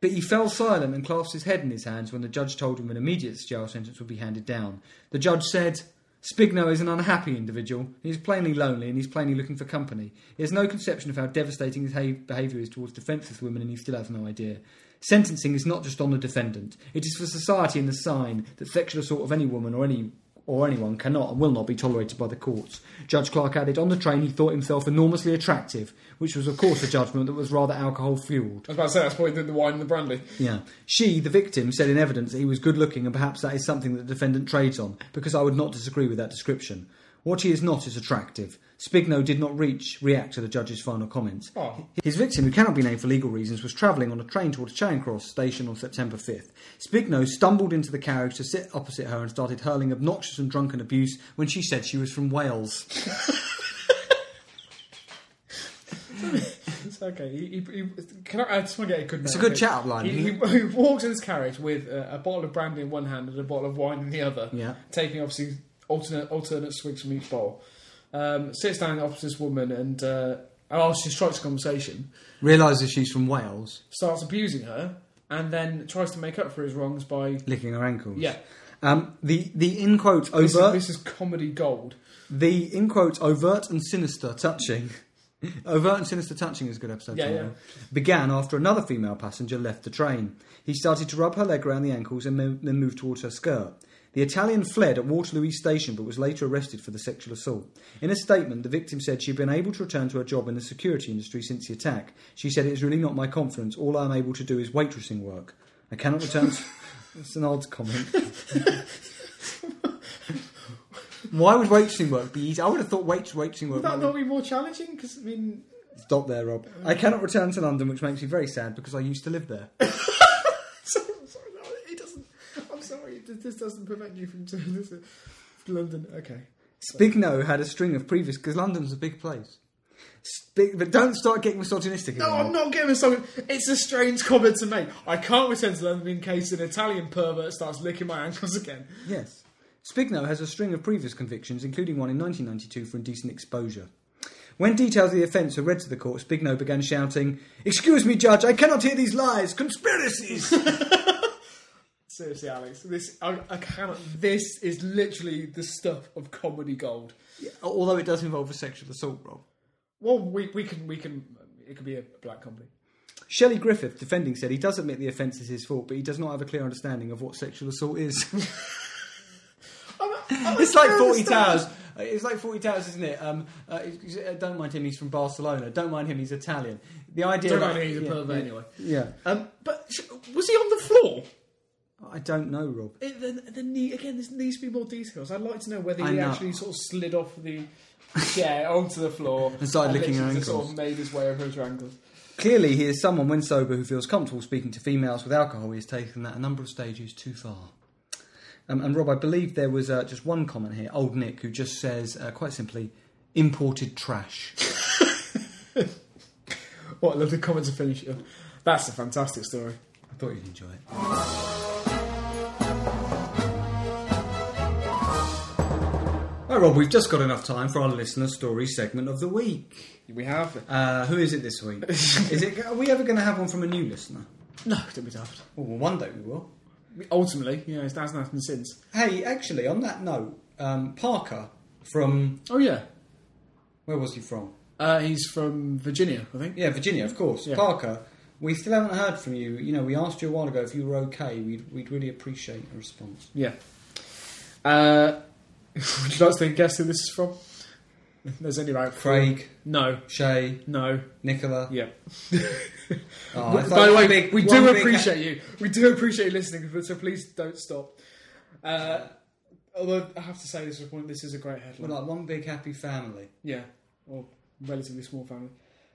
Speaker 1: But he fell silent and clasped his head in his hands when the judge told him an immediate jail sentence would be handed down. The judge said, Spigno is an unhappy individual. He is plainly lonely and he's plainly looking for company. He has no conception of how devastating his ha- behaviour is towards defenceless women and he still has no idea. Sentencing is not just on the defendant. It is for society and the sign that sexual assault of any woman or any or anyone cannot and will not be tolerated by the courts. Judge Clark added, on the train he thought himself enormously attractive, which was of course a judgment that was rather alcohol fuelled.
Speaker 2: I was about to say that's probably the, the wine and the brandy.
Speaker 1: Yeah. She, the victim, said in evidence that he was good looking, and perhaps that is something that the defendant trades on, because I would not disagree with that description. What he is not is attractive. Spigno did not reach, react to the judge's final comments.
Speaker 2: Oh.
Speaker 1: His victim, who cannot be named for legal reasons, was travelling on a train towards Charing Cross station on September 5th. Spigno stumbled into the carriage to sit opposite her and started hurling obnoxious and drunken abuse when she said she was from Wales.
Speaker 2: It's okay. He, he, he, can I, I just want to get a good.
Speaker 1: It's a
Speaker 2: note,
Speaker 1: good
Speaker 2: please.
Speaker 1: chat-up line,
Speaker 2: He, he, he walks in his carriage with a, a bottle of brandy in one hand and a bottle of wine in the other.
Speaker 1: Yeah.
Speaker 2: Taking obviously alternate alternate swigs from each bowl. Um, sits down opposite this woman and uh, oh, she strikes a conversation,
Speaker 1: Realises she's from Wales,
Speaker 2: starts abusing her, and then tries to make up for his wrongs by
Speaker 1: licking her ankles.
Speaker 2: yeah.
Speaker 1: Um, the, the in quotes overt.
Speaker 2: This is, this is comedy gold.
Speaker 1: The in quotes overt and sinister touching. [laughs] Overt and sinister touching is a good episode.
Speaker 2: Yeah,
Speaker 1: title.
Speaker 2: yeah.
Speaker 1: Began after another female passenger left the train. He started to rub her leg around the ankles and mo- then moved towards her skirt. The Italian fled at Waterloo East Station but was later arrested for the sexual assault. In a statement, the victim said she had been able to return to her job in the security industry since the attack. She said, It is really not my confidence. All I am able to do is waitressing work. I cannot return
Speaker 2: [laughs]
Speaker 1: to. That's an odd comment. [laughs] Why would waitressing work be easy? I would have thought wait- waitressing work
Speaker 2: Would that not be more challenging? Because I mean, [laughs]
Speaker 1: Stop there, Rob. I cannot return to London, which makes me very sad because I used to live there.
Speaker 2: sorry, sorry, no, it doesn't. I'm sorry, this, this doesn't prevent you from doing this. London, okay.
Speaker 1: Spigno had a string of previous because London's a big place. Spig, but don't start getting misogynistic.
Speaker 2: No,
Speaker 1: again.
Speaker 2: I'm not giving someone. It's a strange comment to make. I can't return to London in case an Italian pervert starts licking my ankles again.
Speaker 1: Yes. Spigno has a string of previous convictions, including one in 1992 for indecent exposure. When details of the offence were read to the court, Spigno began shouting, Excuse me, Judge, I cannot hear these lies, conspiracies!
Speaker 2: Seriously, Alex, this I, I cannot. This is literally the stuff of comedy gold.
Speaker 1: Although it does involve a sexual assault, Rob.
Speaker 2: Well, we we can we can. It could be a black comedy.
Speaker 1: Shelley Griffith, defending, said he does admit the offence is his fault, but he does not have a clear understanding of what sexual assault [laughs] is. it's like Forty Towers. It's like Forty Towers, isn't it? Um, uh, it's- uh, don't mind him; he's from Barcelona. Don't mind him; he's Italian. The idea.
Speaker 2: Don't
Speaker 1: that-
Speaker 2: mind him, he's a
Speaker 1: yeah,
Speaker 2: pervert
Speaker 1: yeah,
Speaker 2: anyway.
Speaker 1: Yeah,
Speaker 2: Um, but sh- was he on the floor?
Speaker 1: I don't know, Rob.
Speaker 2: It, then, then the, again, there needs to be more details. I'd like to know whether
Speaker 1: I
Speaker 2: he
Speaker 1: know.
Speaker 2: actually sort of slid off the chair [laughs] onto the floor
Speaker 1: [laughs] And started licking her
Speaker 2: literally just Sort
Speaker 1: ankles.
Speaker 2: of made his way over his ankles.
Speaker 1: Clearly, he is someone when sober who feels comfortable speaking to females with alcohol. He has taken that a number of stages too far. Um, and Rob, I believe there was uh, just one comment here. Old Nick, who just says uh, quite simply, "Imported trash."
Speaker 2: What a lovely comment to finish it. on. That's a fantastic story.
Speaker 1: I thought you'd enjoy it. Right, Rob, we've just got enough time for our listener story segment of the week.
Speaker 2: We have
Speaker 1: Uh, who is it this [laughs] week? is it? Are we ever going to have one from a new listener?
Speaker 2: no, don't be daft.
Speaker 1: Oh, well, one day we will.
Speaker 2: Ultimately, you know, it's that's nothing since.
Speaker 1: Hey, actually, on that note, um, Parker from
Speaker 2: Oh yeah,
Speaker 1: where was he from?
Speaker 2: uh, he's from Virginia, I think.
Speaker 1: Yeah, Virginia, of course.
Speaker 2: Yeah.
Speaker 1: Parker, we still haven't heard from you. You know, we asked you a while ago if you were okay. We'd, we'd really appreciate a response.
Speaker 2: Yeah. Uh, [laughs] would you like to take a guess who this is from? There's only about four-
Speaker 1: Craig,
Speaker 2: No,
Speaker 1: Shay,
Speaker 2: no.
Speaker 1: Nicola. [laughs]
Speaker 2: Yeah.
Speaker 1: Oh,
Speaker 2: By
Speaker 1: it's like
Speaker 2: the
Speaker 1: one
Speaker 2: way,
Speaker 1: big-
Speaker 2: we
Speaker 1: one
Speaker 2: do
Speaker 1: big-
Speaker 2: appreciate you. We do appreciate you listening, but so please don't stop. Uh, although I have to say, this is one. This is a great headline.
Speaker 1: We're like one big happy family.
Speaker 2: Yeah, or relatively small family.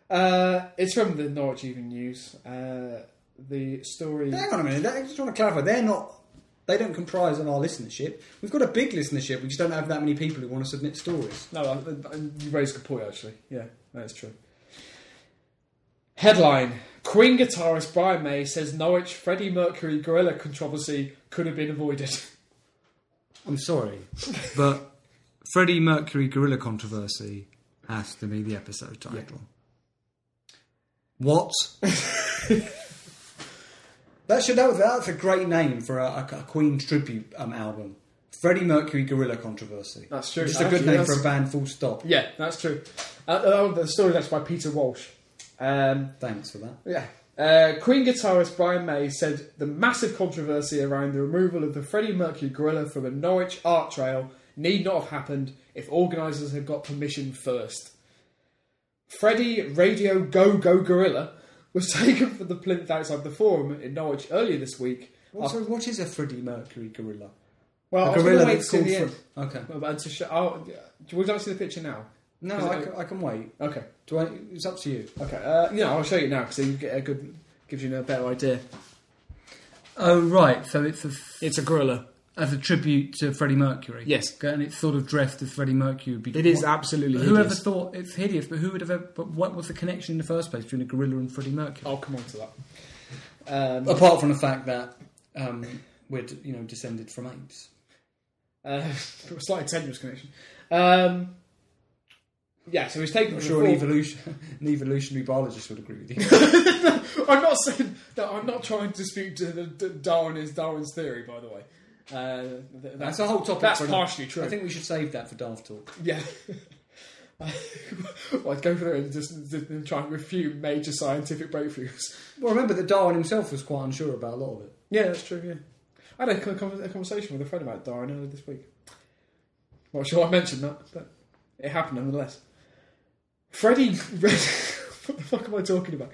Speaker 2: Uh, it's from the Norwich Evening News. Uh, the story.
Speaker 1: Hang on a minute. that- I just want to clarify. They're not. They don't comprise of our listenership. We've got a big listenership. We just don't have that many people who want to submit stories.
Speaker 2: No, I, I, you raised a good point actually. Yeah, that's true. Headline: Queen guitarist Brian May says Norwich Freddie Mercury gorilla controversy could have been avoided. [laughs]
Speaker 1: I'm sorry, but Freddie Mercury gorilla controversy has to be the episode title. What? [laughs] that should that was, that's a great name for a, a- a Queen tribute um, album. Freddie Mercury gorilla controversy.
Speaker 2: That's true.
Speaker 1: Just a good
Speaker 2: Actually,
Speaker 1: name
Speaker 2: that's-
Speaker 1: for a band. Full stop.
Speaker 2: uh, yeah, that's true. Uh, oh, the story is actually by Peter Walsh. Um,
Speaker 1: Thanks for that.
Speaker 2: Yeah. Uh, Queen guitarist Brian May said the massive controversy around the removal of the Freddie Mercury gorilla from a Norwich art trail need not have happened if organisers had got permission first. Freddie Radio Go Go Gorilla was [laughs] taken from the plinth outside the forum in Norwich earlier this week.
Speaker 1: Also, what is a Freddie Mercury gorilla?
Speaker 2: Well,
Speaker 1: A
Speaker 2: I was gonna
Speaker 1: gorilla
Speaker 2: wait
Speaker 1: that's
Speaker 2: till
Speaker 1: called
Speaker 2: the
Speaker 1: Fred-
Speaker 2: end.
Speaker 1: Okay.
Speaker 2: Well, but to show, oh, yeah. would you like to see the picture now? Is
Speaker 1: No,
Speaker 2: it
Speaker 1: I
Speaker 2: a-
Speaker 1: can, I can wait.
Speaker 2: Okay,
Speaker 1: Do I? It's up to you.
Speaker 2: okay. Uh, yeah, I'll show you now because you get a good, gives you a better idea.
Speaker 1: Oh right, so it's a,
Speaker 3: It's a gorilla.
Speaker 1: as a tribute to Freddie Mercury.
Speaker 3: Yes.
Speaker 1: Okay, and it's sort of dressed as Freddie Mercury. Because
Speaker 3: It is
Speaker 1: what-
Speaker 3: absolutely
Speaker 1: Whoever
Speaker 3: hideous.
Speaker 1: thought it's hideous, but who would have? Ever, but what was the connection in the first place between a gorilla and Freddie Mercury?
Speaker 2: I'll come on to that. Um,
Speaker 1: Apart from the fact that um, we're d- you know descended from apes.
Speaker 2: Uh, [laughs] slightly tenuous connection. Um, yeah, so he's taken
Speaker 1: I'm
Speaker 2: from
Speaker 1: sure
Speaker 2: the
Speaker 1: an,
Speaker 2: form-
Speaker 1: evolution, [laughs] an evolutionary biologist would agree with you.
Speaker 2: I'm not saying that. I'm not trying to dispute to the, the Darwin is Darwin's theory, by the way. Uh,
Speaker 1: [laughs]
Speaker 2: th-
Speaker 1: That's a whole topic.
Speaker 2: That's
Speaker 1: for another-
Speaker 2: partially true.
Speaker 1: I think we should save that for Daft Talk.
Speaker 2: [laughs] Yeah. [laughs] well, I'd go for it and just, just try and refute major scientific breakthroughs.
Speaker 1: Well, remember that Darwin himself was quite unsure about a lot of it.
Speaker 2: Yeah, that's true. Yeah, I had a, con- con- a conversation with a friend about Darwin earlier this week. Not sure I mentioned that, but it happened nonetheless. [laughs] Freddie, what the fuck am I talking about?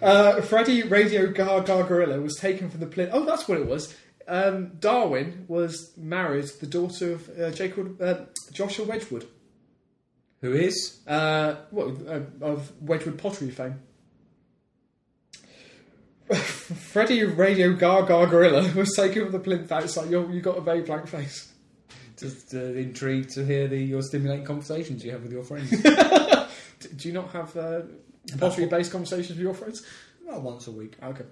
Speaker 2: Uh, Freddie Radio Gar Gar Gorilla was taken from the plinth. Oh, that's what it was. Um, Darwin was married to the daughter of uh, Jacob, uh, Joshua Wedgwood,
Speaker 1: Who is?
Speaker 2: uh, what, uh, of Wedgwood pottery fame. [laughs] Freddie Radio Gaga Gorilla was taken with the plinth outside. You you got a very blank face.
Speaker 1: Just uh, intrigued to hear the your stimulating conversations you have with your [laughs] friends.
Speaker 2: D- Do you not have uh, pottery-based conversations with your friends?
Speaker 1: well, once a week.
Speaker 2: Okay.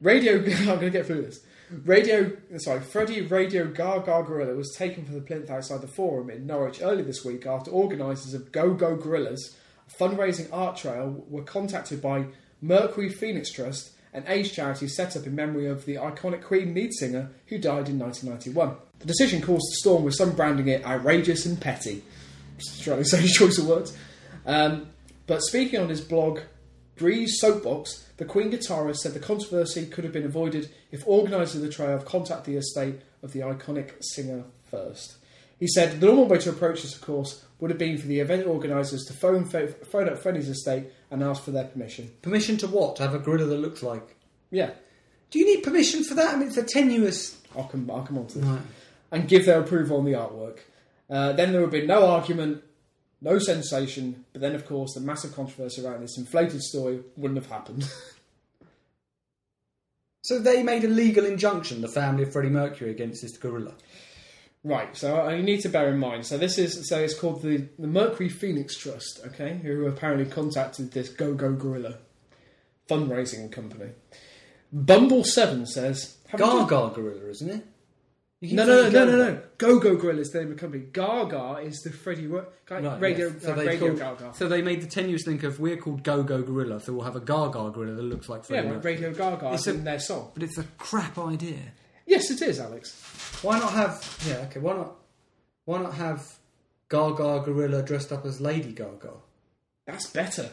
Speaker 2: Radio. [laughs] I'm going to get through this. Radio. Sorry, Freddie Radio Gaga Gorilla was taken from the plinth outside the forum in Norwich early this week after organisers of Go Go Gorillas, a fundraising art trail, were contacted by Mercury Phoenix Trust, an AIDS charity set up in memory of the iconic Queen lead singer who died in 1991. The decision caused a storm, with some branding it outrageous and petty. [laughs] Australia's only choice of words. Um, but speaking on his blog, Breeze Soapbox, the Queen guitarist said the controversy could have been avoided if organisers of the trail have contacted the estate of the iconic singer first. He said the normal way to approach this, of course, would have been for the event organisers to phone, phone up Freddie's estate and ask for their permission.
Speaker 1: Permission to what? To have a gorilla that looks like?
Speaker 2: Yeah,
Speaker 1: Do you need permission for that? I mean, it's a tenuous.
Speaker 2: I'll come, I'll come on to this. And give their approval on the artwork. Uh, then there would be no argument, no sensation, but then, of course, the massive controversy around this inflated story wouldn't have happened. [laughs]
Speaker 1: So they made a legal injunction, the family of Freddie Mercury, against this gorilla.
Speaker 2: Right, so I you need to bear in mind. So this is so it's called the, the Mercury Phoenix Trust, okay, who apparently contacted this Go Go Gorilla fundraising company. Bumble Seven says have you-
Speaker 1: Gaga gorilla, isn't it? You keep
Speaker 2: No, no, no,
Speaker 1: saying
Speaker 2: no, no,
Speaker 1: Gaga.
Speaker 2: no. Go Go Gorilla is the name of the company. Gaga is the Freddie Ro- guy,
Speaker 1: Right,
Speaker 2: Radio
Speaker 1: yes. so,
Speaker 2: uh,
Speaker 1: they
Speaker 2: Radio
Speaker 1: called-
Speaker 2: Gaga.
Speaker 1: so they made the tenuous link of we're called Go Go Gorilla, so we'll have a Gaga gorilla that looks like
Speaker 2: Yeah,
Speaker 1: Freddie
Speaker 2: like
Speaker 1: Mercury.
Speaker 2: Radio Gaga
Speaker 1: It's
Speaker 2: is
Speaker 1: a-
Speaker 2: in their song.
Speaker 1: But it's a crap idea.
Speaker 2: Yes, it is, Alex.
Speaker 1: Why not have? Yeah, okay. Why not? Why not have Gaga gorilla dressed up as Lady Gaga?
Speaker 2: That's better.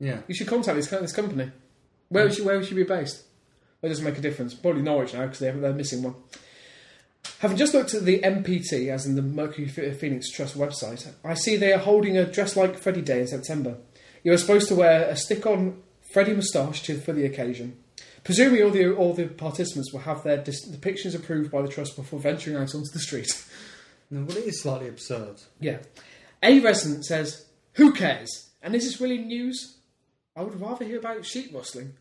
Speaker 1: Yeah.
Speaker 2: You should contact this, co- this company. Where would, you, where would you be based? Well, it doesn't make a difference. Probably Norwich now because they're, they're missing one. Having just looked at the MPT, as in the Mercury Ph- Phoenix Trust website, I see they are holding a Dress Like Freddy Day in September. You are supposed to wear a stick on Freddy moustache to, for the occasion. Presumably, all the, all the participants will have their dis- depictions approved by the Trust before venturing out onto the street. [laughs]
Speaker 1: No, well, it is slightly absurd.
Speaker 2: Yeah. A resident says, Who cares? And is this really news? I would rather hear about sheep rustling.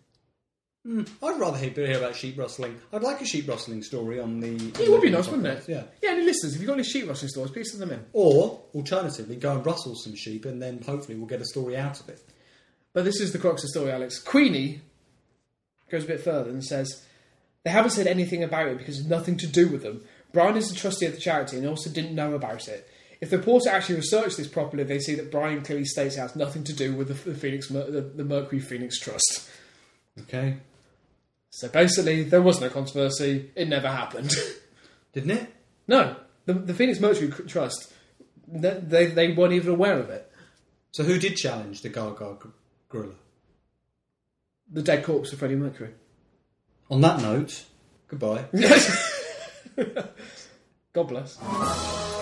Speaker 1: I'd rather hear, hear about sheep rustling. I'd like a sheep rustling story on the.
Speaker 2: It would be nice, wouldn't it?
Speaker 1: Yeah.
Speaker 2: Yeah, any listeners, if you've got any sheep rustling stories, please send them in.
Speaker 1: Or alternatively, go and rustle some sheep, and then hopefully we'll get a story out of it.
Speaker 2: But this is the crux of the story, Alex. Queenie goes a bit further and says, They haven't said anything about it because it's nothing to do with them. Brian is the trustee of the charity and also didn't know about it. If the reporter actually researched this properly, they see that Brian clearly states it has nothing to do with the, the Phoenix, Mer- the, the Mercury Phoenix Trust.
Speaker 1: Okay.
Speaker 2: So basically, there was no controversy. It never happened. [laughs]
Speaker 1: Didn't it?
Speaker 2: No, the, the Phoenix Mercury C- Trust, th- they, they weren't even aware of it.
Speaker 1: So who did challenge the Gaga g- gorilla?
Speaker 2: the dead corpse of Freddie Mercury.
Speaker 1: On
Speaker 2: [laughs]
Speaker 1: that note, goodbye.
Speaker 2: God bless.